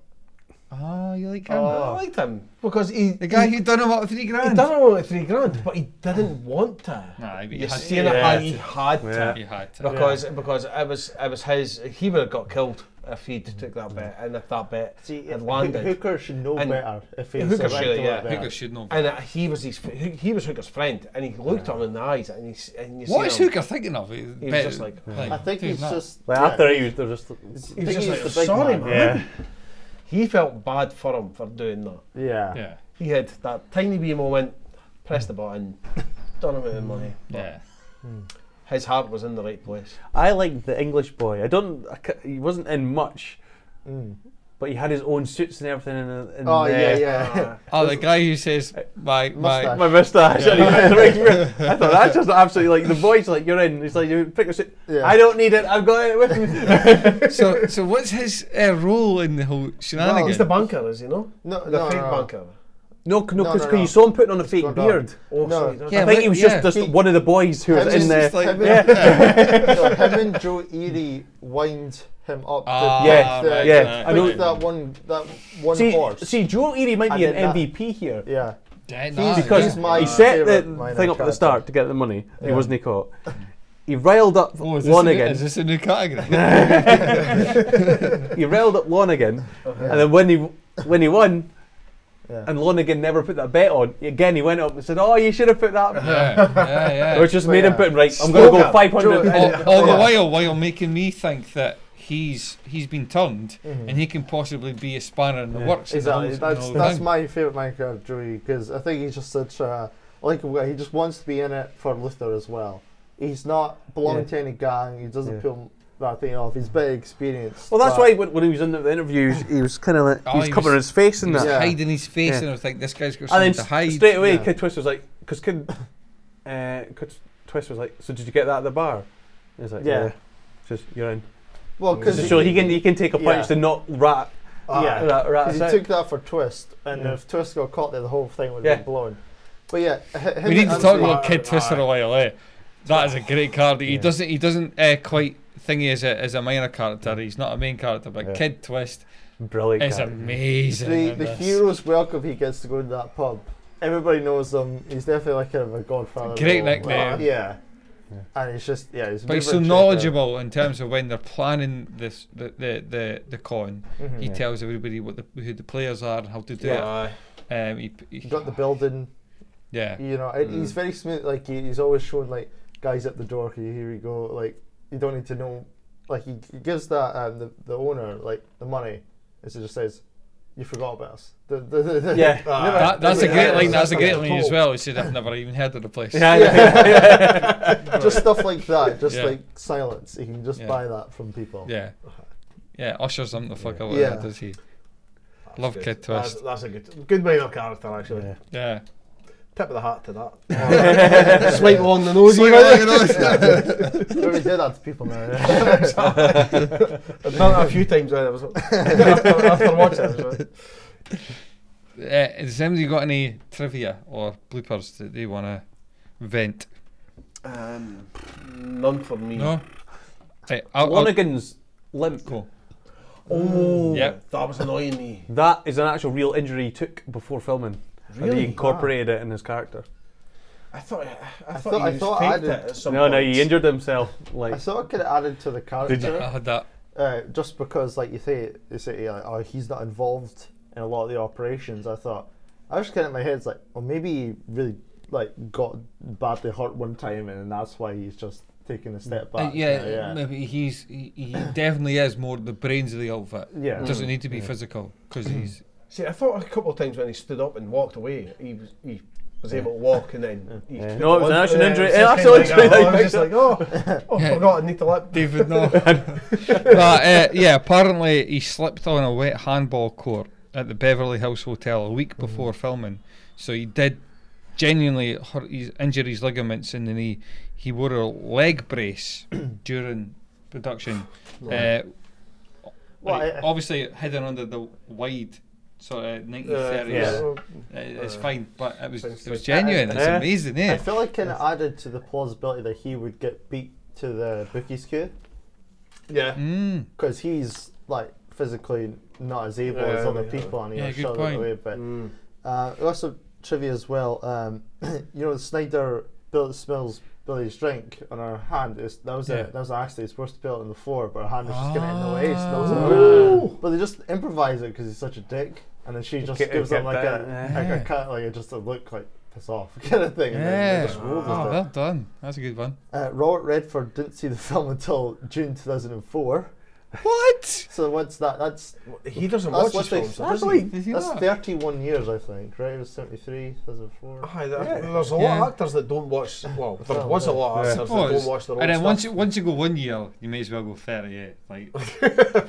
Ah, you like him?
Oh. I liked him because he the
guy who done him up three grand.
He done him up with three grand, but he didn't want to.
Nah, but he
you
had
seen
to.
it how he
Yeah.
had to.
Yeah. He had to.
Because because it was it was his. He would have got killed if he'd took that bet and if that bet had landed.
Hooker should know better if he
Hooker
selected
should,
it
yeah.
better. Hooker
should know
And uh, he was his, fr- he he was Hooker's friend, and he looked him in the eyes, and he s- and you
What
seen
is
him.
Hooker thinking of? He-
He was
bet-
just like,
like,
I think
dude,
he's
no.
just
Like, after he was, there was just.
He was
I think
just
he's
like,
the big
sorry,
man."
man.
Yeah.
He felt bad for him for doing that.
Yeah. Yeah.
He had that tiny wee moment, pressed the button, done him out of money. but
Yeah.
His heart was in the right place.
I like the English boy. I don't. I, ca- he wasn't in much, but he had his own suits and everything. In, in
Mm. Oh,
the,
yeah, yeah.
Oh, the guy who says my my
my moustache. and he
Yeah.
went right through it. I thought that's just absolutely like the boy's like you're in. He's like you pick a suit. I don't need it. I've got it with me.
so so what's his uh, role in the whole shenanigans?
he's the bunker, is he no?
No,
the
no,
fake
no.
bunker.
No, c- no,
No,
because
no, no.
you saw him putting on a fake
gone
beard.
Oh,
No.
sorry,
Yeah,
I think
but-
he was
yeah.
just, just
He-
one of the boys who was
Him
in
and-
there.
him,
yeah.
no, him and Joe Erie wind him up. to
Ah,
pick
right,
the-
yeah.
pick
I know-
that one. That one
see,
horse.
see, Joel Erie might be
And then
an
that-
MVP here.
Yeah.
Yeah,
nah,
because
he's my
he set the
favourite minor
thing up at
character.
the start to get the money. He
Yeah.
wasn't caught. He riled up
Oh, is this a new-
Lonigan.
is this a new category?
he riled up Lonigan,
Okay.
and then when he when he won.
Yeah.
And Lonigan never put that bet on. Again, he went up and said, "Oh, you should have put that."
Yeah, yeah, yeah.
Which just
Well,
made him
yeah.
put right. I'm going to go
Stoker.
500.
all, all the while while making me think that he's he's been turned
Mhm.
and he can possibly be a spanner in the
Yeah.
works. in the
Exactly.
whole- in the
that's
whole
that's
thing.
my favorite Minecraft Joey because I think he's just such a like he just wants to be in it for Luther as well. He's not belonging
Yeah.
to any gang. He doesn't
Yeah.
pull that thing off. He's better experienced.
Well, that's
but-
why when, when he was in the interviews, he was kind of like
Oh,
he was
he
covering
was-
his face and
he was
that,
hiding his face, and I was like, this guy's got
And
something
then
to
s-
hide.
straight away,
Yeah.
Kid Twist was like, because Kid, uh, Kid Twist was like, so did you get that at the bar? And he's like,
Yeah.
yeah. Just you're in.
Well, 'cause
So
he-
so he can he can take a punch
yeah.
to not rat
Ah,
yeah, that, right,
'cause
that's
he
it.
took that for Twist, and
Yeah.
if Twist got caught there, the whole thing would
Yeah.
have been blown. But yeah, hi- him
we need to
and
talk
Anthony-
about Kid Twist for a while, eh? That is a great character. He doesn't. He doesn't uh, quite thingy as a as a minor character. He's not a main character, but Kid Twist,
brilliant,
is amazing.
The,
in
the
this.
hero's welcome. He gets to go to that pub. Everybody knows him. He's definitely like kind of a godfather.
Great
role.
nickname.
Yeah. and he's just yeah. He's a
But he's
bit
so
of a
knowledgeable in terms of when they're planning this the the the, the con.
Mhm.
he
Yeah.
tells everybody what the who the players are and how to do
Yeah.
it. Um, he, he,
Got the building.
Yeah.
You know, and
Mm.
he's very smooth. Like he, he's always showing like guys at the door. Here, here we go. Like you don't need to know. Like he, he gives that um, the the owner like the money. It's it just says, you forgot about us. The- the- the- the-
Yeah.
Ah.
That- that's a great line. That's a great line as
Cool.
well. He said, "I've never even heard of the place."
just stuff like that. Just
Yeah.
like silence. You can just
Yeah.
buy that from people.
Yeah. Yeah, ushers him the fuck away,
Yeah.
does he? Love
Good.
Kid
That's-
Twist.
That's, a good, good minor character actually. Yeah.
Yeah.
Tip of the hat to that.
Swipe along the nose,
Swipe
you
along
know.
the nose.
We already did that to people now.
I've done it a few times. eh, I was after, after watching. it, I was like,
Uh, has anybody got any trivia or bloopers that they want to vent?
Um, none for me.
No. Hey,
Lonergan's limp.
Oh,
Yep.
that was annoying me.
That is an actual real injury he took before filming, and
Really?
he incorporated it in his character.
I thought I,
I
I thought,
thought-
he
I
was
thought I
faked
did.
it at some
no, no,
point.
he injured himself. Like
I thought I could have added to the character.
Did you? I had
that.
Uh, just because, like you say, you say yeah, oh, he's not involved in a lot of the operations. I thought I was kind of in my head, it's like, well, maybe he really like got badly hurt one time, and that's why he's just taking a step
Uh,
back.
yeah, maybe he's he, he definitely is more the brains of the outfit.
Yeah.
doesn't
Mm.
need to be
Yeah.
physical because he's
See, I thought a couple of times when he stood up and walked away, he was he was able to walk and then. He
Yeah.
took
No, it was
on-
an actual
Yeah,
injury.
it was
An
just
actual
kinda
injury.
Like, oh, I was just like, oh, oh,
Yeah.
forgot I need to let
David. No, But, uh, yeah. Apparently, he slipped on a wet handball court at the Beverly Hills Hotel a week
Mm.
before filming, so he did genuinely hurt his injure his ligaments and then he he wore a leg brace during production.
Right.
Uh,
Well,
right,
I- I-
obviously hidden under the wide sort of 1930s.
yeah.
Uh, It's fine, but it was it was
I-
genuine.
I-
It's amazing, eh?
I feel like kind of added to the plausibility that he would get beat to the bookies queue.
Yeah.
Hmm.
Because he's like physically not as able
Yeah,
as
Mm.
other
yeah.
people, and he
Yeah,
was
good
shoved
point.
away. But uh, also trivia as well. Um, you know, Snyder built smells Billy's drink on her hand. It's, that was
Yeah.
a, that was an accident. It's supposed to build it on the floor, but her hand was just getting in the way. So that was
Ah.
a but they just improvise it because he's such a dick, and then she just
get-
gives
get
him like
that,
a,
yeah.
Uh,
like
Yeah.
a cut, like a, just a look like piss off kind of thing. and then
yeah.
they just rolled with
Oh,
it.
Ah.
well done. That's a good one.
Uh, Robert Redford didn't see the film until June 2004.
What?
so what's that? That's
he doesn't
that's
watch
what
his
they-
films, though,
That's
does he?
like
Does he
that's
not?
31 years, I think. Right, it was 73, 2004.
Aye, there- there's a lot of actors that don't watch. Well, there
Well,
was a
yeah.
lot of
Yeah.
actors
Oh,
that
it's-
don't watch their own
and then
stuff.
once you, once you go one year, you may as well go 38. Like,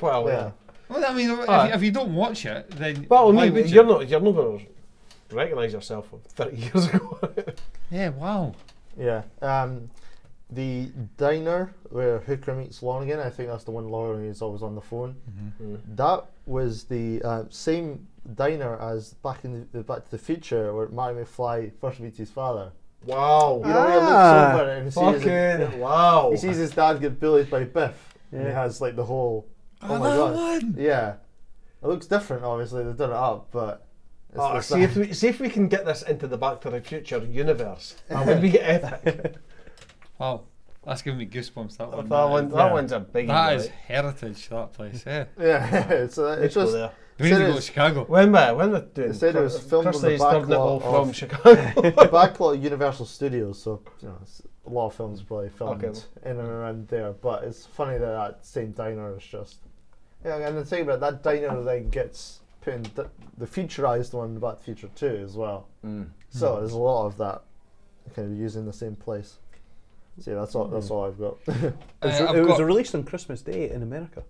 well, yeah.
Well, I mean, if,
Aye.
you, if you don't watch it, then.
Well,
why
I mean,
would
you're not you're not going to recognise yourself from 30 years ago.
Yeah, wow.
Yeah. Um, the diner where Hooker meets Lonergan, I think that's the one Lonergan is always on the phone.
Mm-hmm.
That was the uh, same diner as back in the, Back to the Future, where Marty McFly first meets his father.
Wow.
You know, he
Ah,
looks over and he sees his,
fucking wow.
He sees his dad get bullied by Biff, and he
Yeah.
has like the whole. Oh,
Oh,
my
that
god!
one.
Yeah, it looks different. Obviously, they've done it up, but. it's
Ah,
the
see if
same.
we see if we can get this into the Back to the Future universe. That would be epic.
Wow. That's giving me goosebumps. That one.
That one- that Yeah. one's a biggie,
That is
right?
heritage. That place. Yeah.
Yeah, so it's
Let's go
just.
there.
We need to
said
go
it
to
was-
Chicago.
When were when were doing?
It said it was filmed on the
Christie's
back
turned it all
lot
from
of
Chicago.
back lot of Universal Studios, so you know, it's a lot of films probably filmed
Okay.
in and around there. But it's funny that that same diner is just. Yeah, and the thing about that diner then gets put in the, the futurized one about Future Two as well.
Mm.
So there's a lot of that kind of using the same place. So yeah, that's all. That's all I've got.
it was, it was released on Christmas Day in America.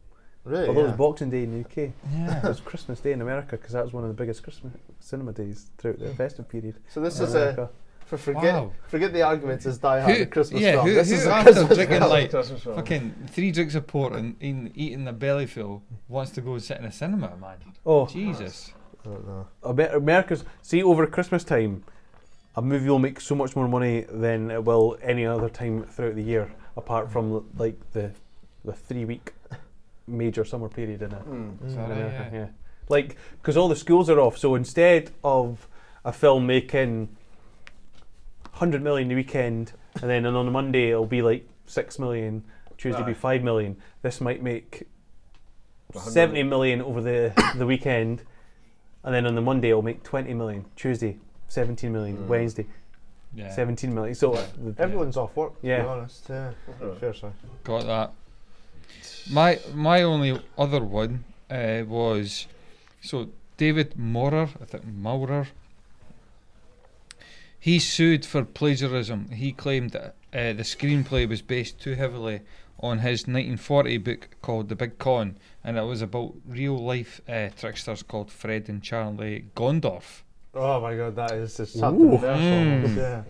Really?
Although it was
Yeah.
Boxing Day in the UK.
Yeah.
It was Christmas Day in America because that was one of the biggest Christmas cinema days throughout the festive period.
So this
in
is
America.
a For forget,
Wow.
forget the arguments as Die Hard
Who-
and Christmas
yeah,
film.
who,
this
who
is a
after
Christmas
drinking
film.
like fucking three drinks of port and eating, eating a belly full wants to go and sit in a cinema, man?
Oh.
Jesus!
I don't know.
America's see over Christmas time, a movie will make so much more money than it will any other time throughout the year, apart from like the the three week major summer period in it.
Mm.
in
Is that right?
America,
Yeah.
Like because all the schools are off, so instead of a film making hundred million the weekend, and then on a Monday it'll be like six million. Tuesday will be
Aye.
five million. This might make
100
seventy million over the the weekend, and then on the Monday it'll make twenty million. Tuesday, seventeen million. Wednesday,
Yeah.
seventeen million. So uh, the-
Everyone's off work, to
Yeah.
be honest. Yeah. Fair side.
Got that. My my only other one uh, was so David Maurer, I think Maurer. He sued for plagiarism. He claimed that uh, the screenplay was based too heavily on his 1940 book called The Big Con, and it was about real life uh, tricksters called Fred and Charlie Gondorf.
Oh my god, that is just
Ooh.
something
Mm.
Yeah.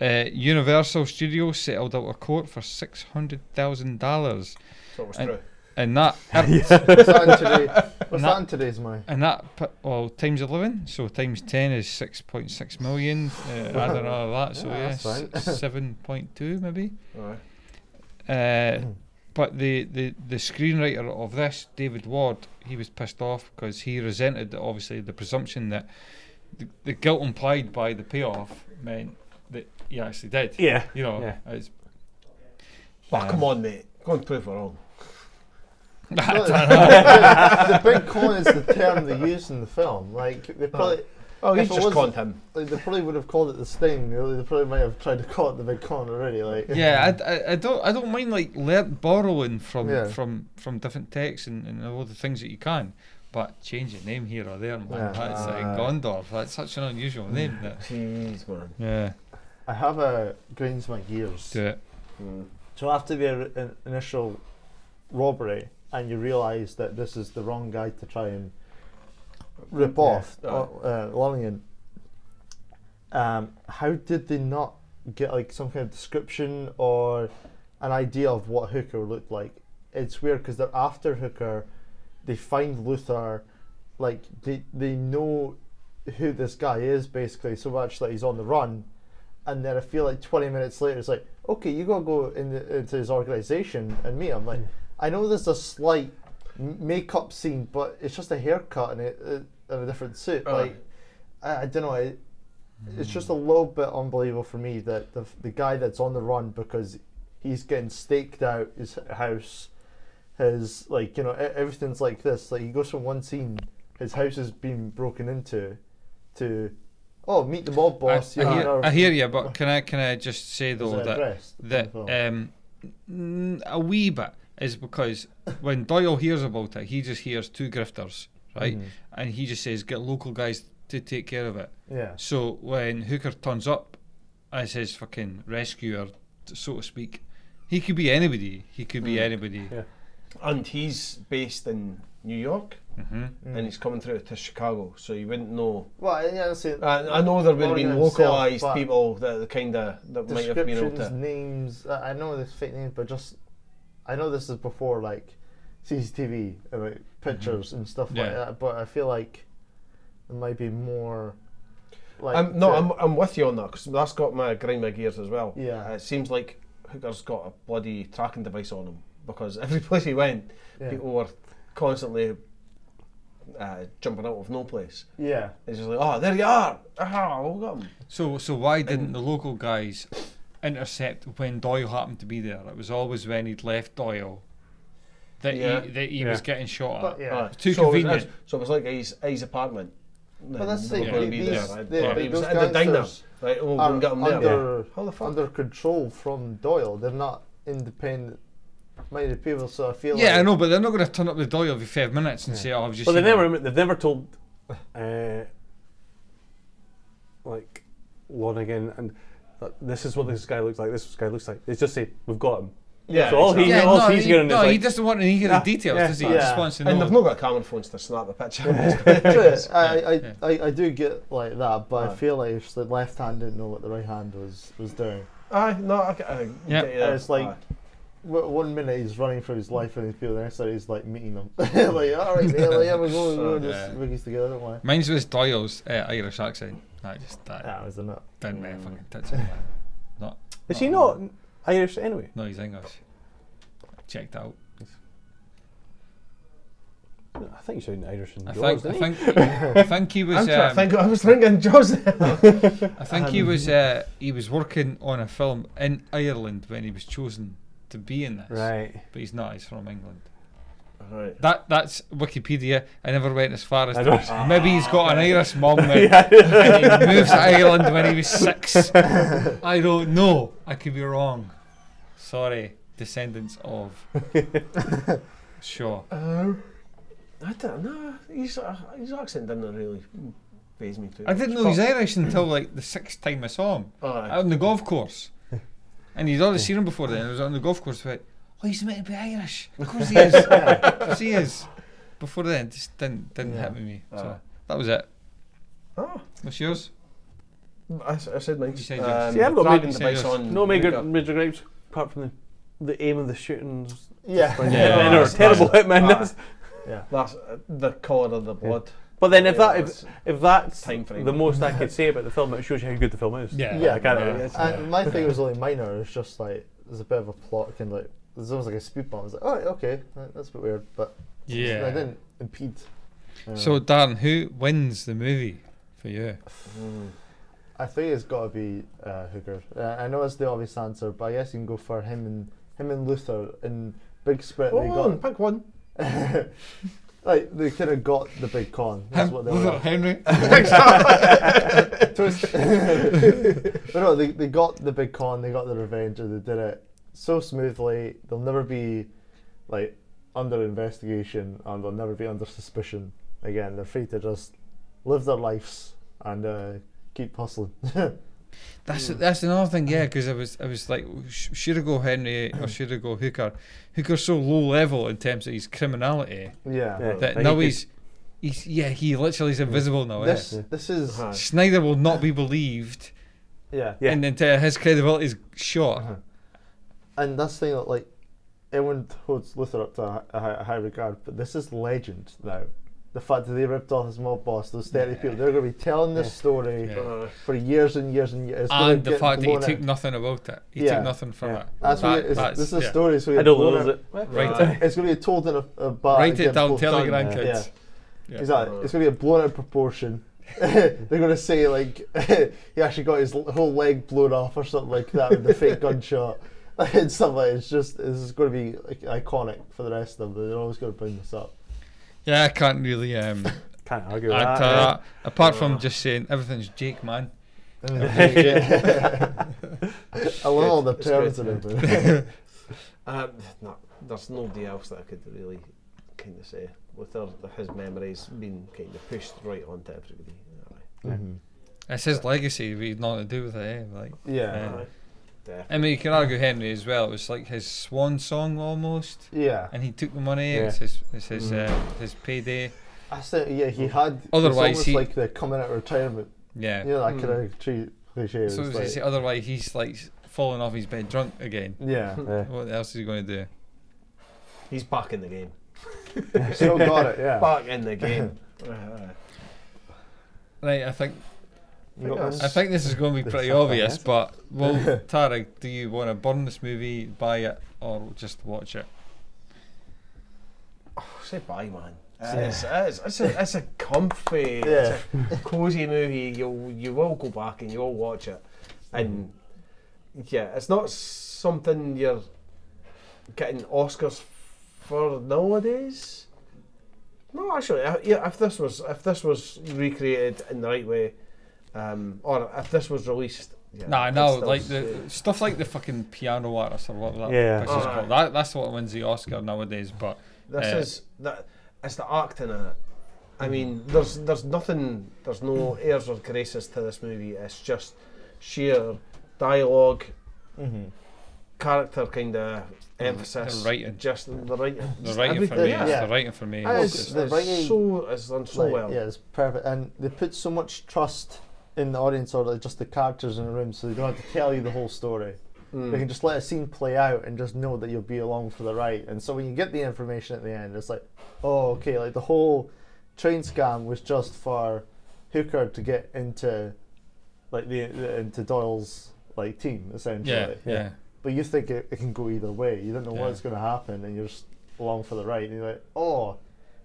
Uh, Universal Studios settled out of court for six hundred thousand dollars.
So it was
and,
Oh,
true.
And that.
What's that in today- what's that in today's money?
And that pu- well times eleven, so times ten is six point six million. Uh, add another that, so
Yeah,
yeah,
that's fine.
seven point two maybe.
Alright.
Uh, but the, the, the screenwriter of this, David Ward, he was pissed off because he resented obviously the presumption that the, the guilt implied by the payoff meant that he actually did.
Yeah,
You know,
yeah.
it's.
Oh, come
Um,
on, mate. Go and prove we're wrong.
the big con is the term they use in the film. Like they probably.
Oh, he's
if it
just
wasn't-
conned him.
Like, they probably would have called it the sting. you know, They probably might have tried to call it the big con already. Like
yeah, I, I, I don't I don't mind like lear borrowing from
Yeah.
from from different texts and, and all the things that you can, but change the name here or there, man.
Yeah.
That's like
Ah.
Gondorf. That's such an unusual name. That.
Jeez, man.
Yeah.
I have a grinds my gears.
Do it.
So after the ri- in- initial robbery, and you realise that this is the wrong guy to try and rip
Yeah,
off,
aye.
Lo- uh, Lollingan. Um, how did they not get like some kind of description or an idea of what Hooker looked like? It's weird because they're after Hooker, they find Luther, like they they know who this guy is basically so much that he's on the run, and then I feel like twenty minutes later it's like okay you gotta go in the, into his organization and meet him. Like I know there's a slight m- makeup scene, but it's just a haircut and, it, it, and a different suit.
Uh-huh.
Aye.
Like I, I don't know. It, it's just
Hmm.
a little bit unbelievable for me that the, the guy that's on the run because he's getting staked out his house, his like you know e- everything's like this. Like he goes from one scene, his house is being broken into, to oh meet the mob boss.
I,
you
I,
know,
hear,
or-
I hear you, but can I can I just say though
it
that
addressed
that um, n- a wee bit is because when Doyle hears about it, he just hears two grifters, right,
Mhm.
and he just says get local guys to take care of it.
Yeah.
So when Hooker turns up as his fucking rescuer, so to speak, he could be anybody. He could be
Hmm.
Mm.
anybody.
And he's based in New York,
Mhm.
Mm.
and he's coming through to Chicago, so you wouldn't know.
Well, I- yeah, I'm saying-
Uh, I, I know there would have
Lorgan
been
himself,
localised
but
people that kind of that might have been able
descriptions,
to.
names. I I know there's fake names, but just I know this is before like CCTV and like pictures
Mm-hmm.
and stuff like
Yeah.
that. But I feel like there might be more. Like
I'm, no,
to-
I'm, I'm with you on that because that's got my grind my gears as well.
Yeah.
Uh, it seems like Hooker's got a bloody tracking device on him because every place he went,
Yeah.
people were constantly uh, jumping out of no place.
Yeah.
It's just like, oh, there you are. Ah, well done.
So so why didn't the local guys intercept when Doyle happened to be there? It was always when he'd left Doyle that
Yeah.
he that he
Yeah.
was getting shot at.
But, yeah.
It's Too
Uh, So it was-
convenient.
so it was like his, his apartment.
But that's the
They were
thing.
gonna
the-
be
these-
there, right?
the-
Yeah,
the-
he was
those
at the diner.
gangsters
Right, oh, we
are
can get 'em there.
under, under control from Doyle. They're not independent minded people, so I feel
yeah, I
like
know, but they're not going to turn up the Doyle every five minutes and say, "Oh, I've just."
Well, they
seen him."
never they've never told uh, like Lonigan and th- this is what this guy looks like. This guy looks like. They just say we've got him.
Yeah,
so all, he,
exactly.
all
Yeah, no,
he's
he-
getting
no,
is
he
like,
doesn't want any of the
Yeah,
details,
yeah,
does
yeah.
and they've not got camera phones to snap the
True,
picture.
I, I, I, I do get like that, but I
Aye.
feel like if the left hand didn't know what the right hand was was doing.
Aye, no, I, get- I
Yeah,
get you there.
it's like
Aye.
w- one minute he's running through his life and his people, the next minute he's like meeting them. like, all right, mate, like, yeah, we're going, we're going
Yeah.
just rookies together, don't worry.
Mine's was Doyle's uh, Irish accent. That just that. That
was enough.
Didn't make a fucking tits. of that. Not.
Is he not Irish anyway?
No, he's English. Checked out.
I think he's sounding Irish and
I
Jaws,
think. I
didn't
think.
he?
I think he was.
I'm trying to
um,
think. I was thinking Jaws.
I think he was uh, he was working on a film in Ireland when he was chosen to be in this.
Right.
But he's not. He's from England.
Right.
That that's Wikipedia. I never went as far as
I
that.
don't- Ah.
Maybe he's got an Irish mum now,
Yeah.
and he moves to Ireland when he was six. I don't know. I could be wrong. Sorry, descendants of. Sure.
Uh, I don't know. His, uh, his accent didn't really phase me too.
I didn't
much,
know he's
but-
Irish until like the sixth time I saw him
Aye.
out on the golf course, and he'd already seen him before then. I was on the golf course, but oh, he's meant to be Irish. Of course he is. of course he is. Before then, just didn't didn't
Yeah.
hit with me. So
Aye.
that was it.
Oh.
What's yours?
I, s- I said mine.
You said
um,
yours.
See, I've got
Dragon
major,
Device on
no major,
Mega.
major gripes apart from the, the aim of the shootings.
Yeah.
Hitmen
Yeah.
are
That's-
terrible
that's-
hitmen.
aye.
that's-
Yeah.
That's uh, the colour of the blood.
But then if
Yeah,
that
that's
if, if that's
time frame.
the most I could say about the film, it shows you how good the film is.
yeah.
I can't,
and my thing was only minor. It's just like there's a bit of a plot and like there's almost like a speed bump. I was like, oh, okay, that- that's a bit weird, but
Yeah.
I didn't impede. uh,
So Darren, who wins the movie for you?
I think it's got to be uh, Hooker. Uh, I know it's the obvious answer, but I guess you can go for him and him and Luther in Big Spirit. they
Hold
got
on, pick one.
like they could have got the big con. That's
Him-
what they
Luther
were.
Henry.
Twist. but no, they, they got the big con. They got the revenge, and they did it so smoothly. They'll never be like under investigation, and they'll never be under suspicion again. They're free to just live their lives and uh, keep hustling.
That's that's another thing, yeah. Because I was I was like, sh- should I go Henry or should I go Hooker? Hooker's so low level in terms of his criminality.
Yeah. Yeah,
That
but
now
he
he's, he's yeah he literally is invisible now.
This-
eh?
this is- Uh-huh.
Snyder will not be believed.
Yeah. Yeah. Uh-huh.
And then uh, his credibility is shot.
and that's the thing that like everyone holds Luther up to a, a, high- a high regard, but this is legend now. The fact that they ripped off his mob boss, those thirty people, they're going to be telling this story
Yeah.
for years and years and years. It's gonna
And the
get
fact that he
blown
took
out.
nothing about it. He took nothing from it.
That's
That-
what it is.
that's-
This is
yeah.
a story. So
I don't lose it. Write
Right. It's going to be told in a, a bar.
Write
and
it
get
down,
blown-
tell your
done.
grandkids.
Yeah.
Yeah.
Exactly. It's going to get blown out of proportion. They're going to say like he actually got his l- whole leg blown off or something like that with the fake gunshot and stuff like. It's just this is going to be like, iconic for the rest of them. They're always going to bring this up.
Yeah, I can't really um,
can't argue with
add
that,
to
yeah.
that, Apart from
Uh-huh.
just saying everything's Jake, man.
Everything's Jake. I love all the
It's good.
terms in it.
um, no, there's nobody else that I could really kind of say. With her, his memories being kind of pushed right onto everybody. Aye.
It's his legacy. We had nothing to do with it. Eh? Like,
Yeah.
eh.
Aye.
I mean, you can argue Henry as well. It was like his swan song almost.
Yeah.
And he took the money. It's
Yeah.
his, it's his,
Mm.
uh, his payday.
I said, yeah, he had. it's
Otherwise,
almost
he.
like the coming out of retirement.
Yeah.
You know that
Mm.
kind
Hmm.
of cliche. cliche
so
it's
as I
like-
say, otherwise, he's like falling off his bed drunk again.
Yeah. Yeah.
What else is he going to do?
He's back in the game.
Still got it, yeah.
Back in the game. Aye.
Right, I think.
You got one?
I think this is going to be
The
pretty
fuck
obvious,
is it?
but well, Tarek, do you want to burn this movie, buy it, or just watch it?
Say bye, man.
Yeah.
It's, it's, it's, a, it's a comfy, it's a cozy movie. You'll you will go back and you'll watch it, and yeah, it's not something you're getting Oscars for nowadays. No, actually, I, yeah, if this was if this was recreated in the right way, um, or if this was released, yeah,
nah,
I'd
no,
still
like
say-
the stuff like the fucking piano artist or what that
Yeah.
piss is
Aye.
called. That, that's what wins the Oscar nowadays. But
This
uh,
is that it's the acting in it. I mean,
Mm-hmm.
there's there's nothing, there's no airs or graces to this movie. It's just sheer dialog
Mhm.
character kind of emphasis.
Mm-hmm. the writing.
Just the writing.
The writing for me, it's the writing for me.
It
It's
is,
just-
the
The
writing,
writing-
so, it's done so
Like,
well.
Yeah, it's perfect, and they put so much trust in the audience or like, just the characters in the room, so they don't have to tell you the whole story.
Mm.
They can just let a scene play out and just know that you'll be along for the ride. And so when you get the information at the end, it's like, oh, okay, like the whole train scam was just for Hooker to get into like the, the into Doyle's like team essentially.
yeah.
But you think it, it can go either way. You don't know
Yeah.
what's going to happen, and you're just along for the ride. And you're like, oh,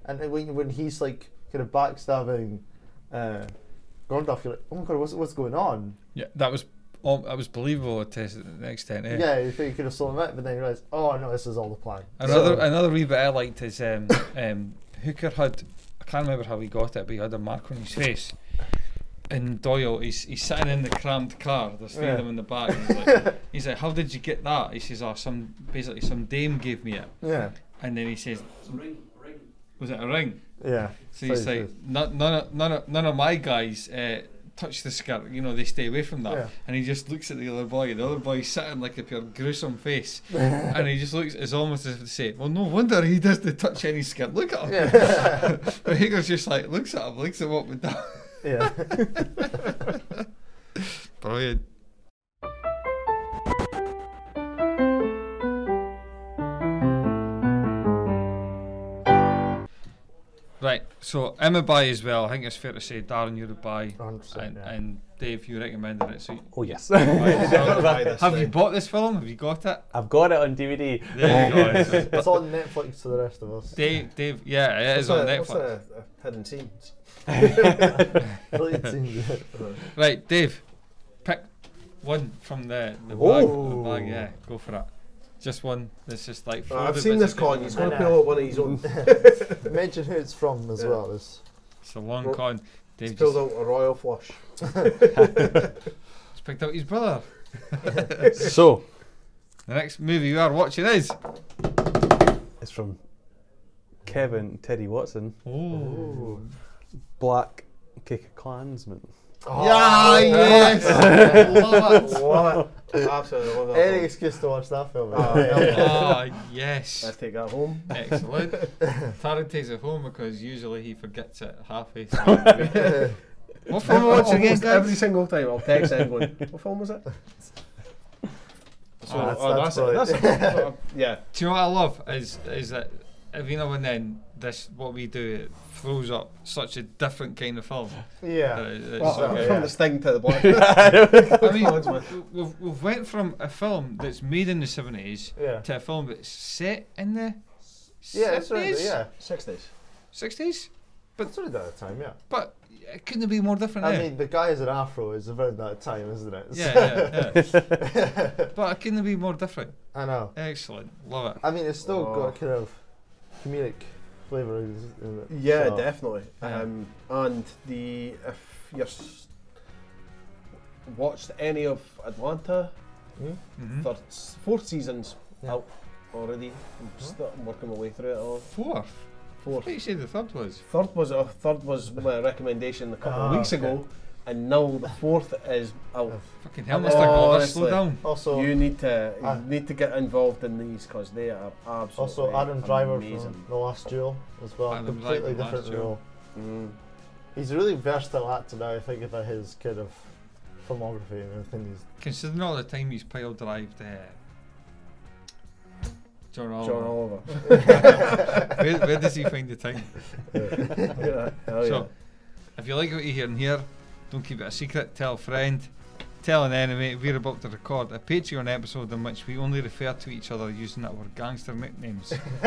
and then when when he's like kind of backstabbing uh, Gandalf, you're like, oh my god, what's what's going on?
Yeah, that was all, that was believable to to the extent. eh? Yeah.
Yeah, you think you could have sold him out, but then you realize, oh no, this is all the plan.
Another
So-
another wee bit I liked is um, um, Hooker had I can't remember how he got it, but he had a mark on his face. And Doyle, he's, he's sitting in the crammed car. There's three
Yeah.
of them in the back. And he's, like, he's like, "How did you get that?" He says, "Oh, some basically some dame gave me it."
Yeah.
And then he says, "Was it a ring?"
Yeah.
So he's
So he
like, "No- "None of none of, none of my guys uh, touch the skirt. You know, they stay away from that."
Yeah.
And he just looks at the other boy. The other boy's sitting like a pure gruesome face, and he just looks. It's almost as if to say, "Well, no wonder he doesn't touch any skirt. Look at him." but Hager's just like looks at him, looks at what we've done.
Yeah.
Brilliant. Right, so I'm a buy as well. I think it's fair to say, Darren, you're a buy, and, and Dave, you recommended it. So
oh yes.
Right, so
Buy this
have you
thing.
bought this film? Have you got it?
I've got it on DVD.
There you go.
it's on Netflix to the rest of us.
Dave, Dave, yeah, it is
What's
on
a-
Netflix.
What's a, a hidden scenes?
right, Dave, pick one from the, the bag. The
Ooh.
bag, yeah, go for it. Just one that's just like.
Oh, I've
folded
seen
bits
this
of
con.
paper.
He's going to pull out one of his own.
Mention who it's from as
Yeah.
well. It's,
It's a long
Ro-
con.
He's
Dave
pulled
just
out a royal flush.
he's picked out his brother.
So,
the next movie you are watching is.
It's from Kevin Teddy Watson.
Ooh.
Black Kick Klansman.
Ah,
Ah,
Oh,
yes.
love it.
Love it. Absolutely love that
Any
film.
excuse to watch that film.
Ah,
Ah, yes.
I take that home.
Excellent. Taryn takes it home because usually he forgets it halfway through. what film are we watching again,
Oh, Almost
guys?
Every single time I'll text anyone. What film was it? So,
Oh,
oh, that's, it, that's,
brilliant.
it. yeah.
Do you know what I love is is that every now and then this what we do it throws up such a different kind of film.
Yeah.
That it- it's
Well,
so
from
good.
the Sting to the Black.
I mean, we've, we've went from a film that's made in the seventies
Yeah.
to a film that's set in the
Yeah, it's around there,
sixties.
yeah.
sixties.
Sixties, but
sort of that time, yeah.
But it couldn't be more different.
I
eh?
mean, the guy is an afro is around that time, isn't it?
yeah, yeah, yeah. but it couldn't be more different.
I know.
Excellent, love it.
I mean, it's still
Oh.
got kind of comedic flavour. in it,
Yeah,
so-
definitely. Um, and the if you're s- watched any of Atlanta,
Mm.
Mhm.
third, s- fourth seasons out already. I'm
Hmm?
st- working my way through it all.
Fourth.
Fourth.
What you say the third was?
Third was uh, third was my recommendation a couple
Ah,
of weeks
okay.
ago, and now the fourth is out.
Fucking hell, Mr.
Oh,
Glover, slow
Honestly,
down.
Also-
you need to you
Ah.
need to get involved in these because they are absolutely
Also, Adam Driver
amazing.
from The Last Duel as well.
Adam
completely
Driver, Last
different
Duel.
role.
Mm.
He's a really versatile actor now. I think about his kind of filmography and everything. He's
Considering all the time he's pile drived uh, John Oliver.
John Oliver.
where, where does he find the time?
Yeah, hell
so,
yeah.
if you like what you hear and here, don't keep it a secret. Tell a friend, tell an enemy. We're about to record a Patreon episode in which we only refer to each other using our gangster nicknames.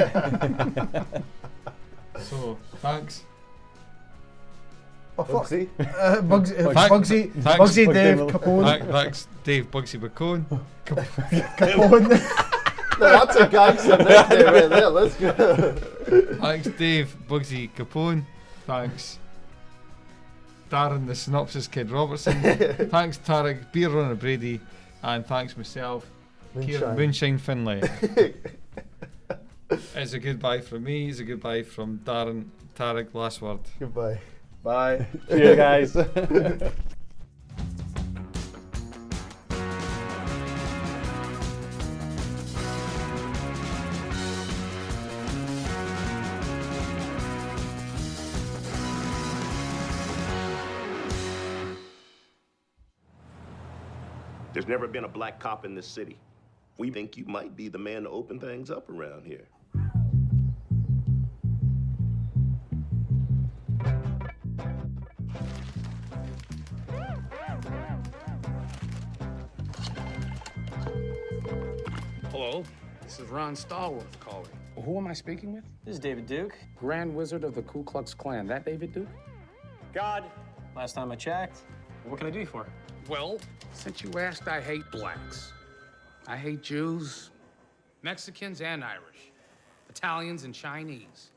so, thanks.
Oh, fuck.
Bugsy.
Uh, Bugsy, uh,
Thank-
Bugsy,
thanks-
Bugsy, Dave Capone.
Thank- Thanks, Dave Bugsy Bacone.
Capone.
no, that's a gangster nickname right there. Let's go.
Thanks, Dave Bugsy Capone. Thanks, Darren the Synopsis Kid Robertson. thanks, Tarek Beer Runner Brady. And thanks, myself, Kieran
Moonshine.
Moonshine Finlay. it's a goodbye from me, it's a goodbye from Darren, Tarek, last word.
Goodbye.
Bye.
Cheers, guys.
There's never been a black cop in this city. We think you might be the man to open things up around here.
Hello, this is Ron Stallworth calling. Who am I speaking with? This is David Duke, Grand Wizard of the Ku Klux Klan. That David Duke? God. Last time I checked. What can I do you for? Well, since you asked, I hate blacks. I hate Jews, Mexicans and Irish, Italians and Chinese.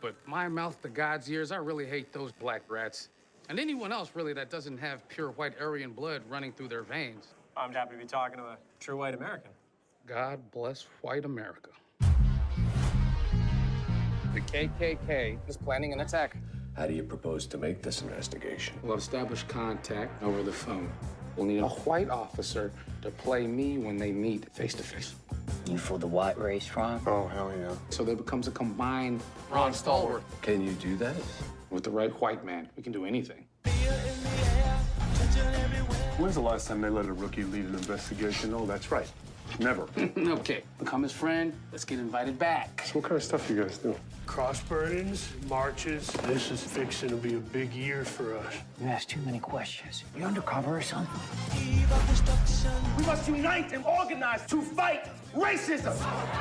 But my mouth to God's ears, I really hate those black rats. And anyone else, really, that doesn't have pure white Aryan blood running through their veins.
I'm happy to be talking to a true white American.
God bless white America. The KKK is planning an attack.
How do you propose to make this investigation?
We'll establish contact over the phone. We'll need a white officer to play me when they meet face to face.
You for the white race, Ron? Oh, hell yeah.
So there becomes a combined Ron Stallworth.
Can you do that?
With the right white man, we can do anything.
When's the last time they let a rookie lead an investigation? Oh, that's right. Never.
okay, become his friend. Let's get invited back.
So what kind of stuff you guys do?
Cross burnings, marches. This is fixing to be a big year for us.
You asked too many questions. You undercover or something?
We must unite and organize to fight racism.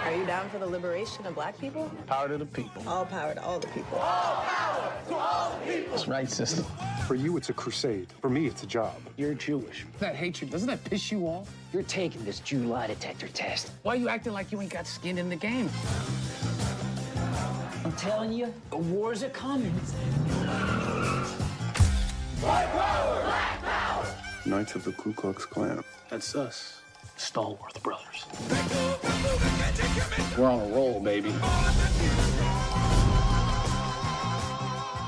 Are you down for the liberation of black people?
Power to the people.
All power to all the people.
All power to all people.
It's right, system.
For you, it's a crusade. For me, it's a job.
You're Jewish. That hatred, doesn't that piss you off?
You're taking this Jew lie detector test.
Why are you acting like you ain't got skin in the game?
I'm telling you, the wars are coming.
White power! Black power!
Knights of the Ku Klux Klan.
That's us, Stallworth Brothers. We're on a roll, baby.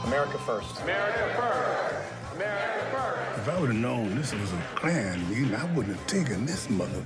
America first.
America first! America first!
If I would have known this was a Klan, I wouldn't have taken this mother.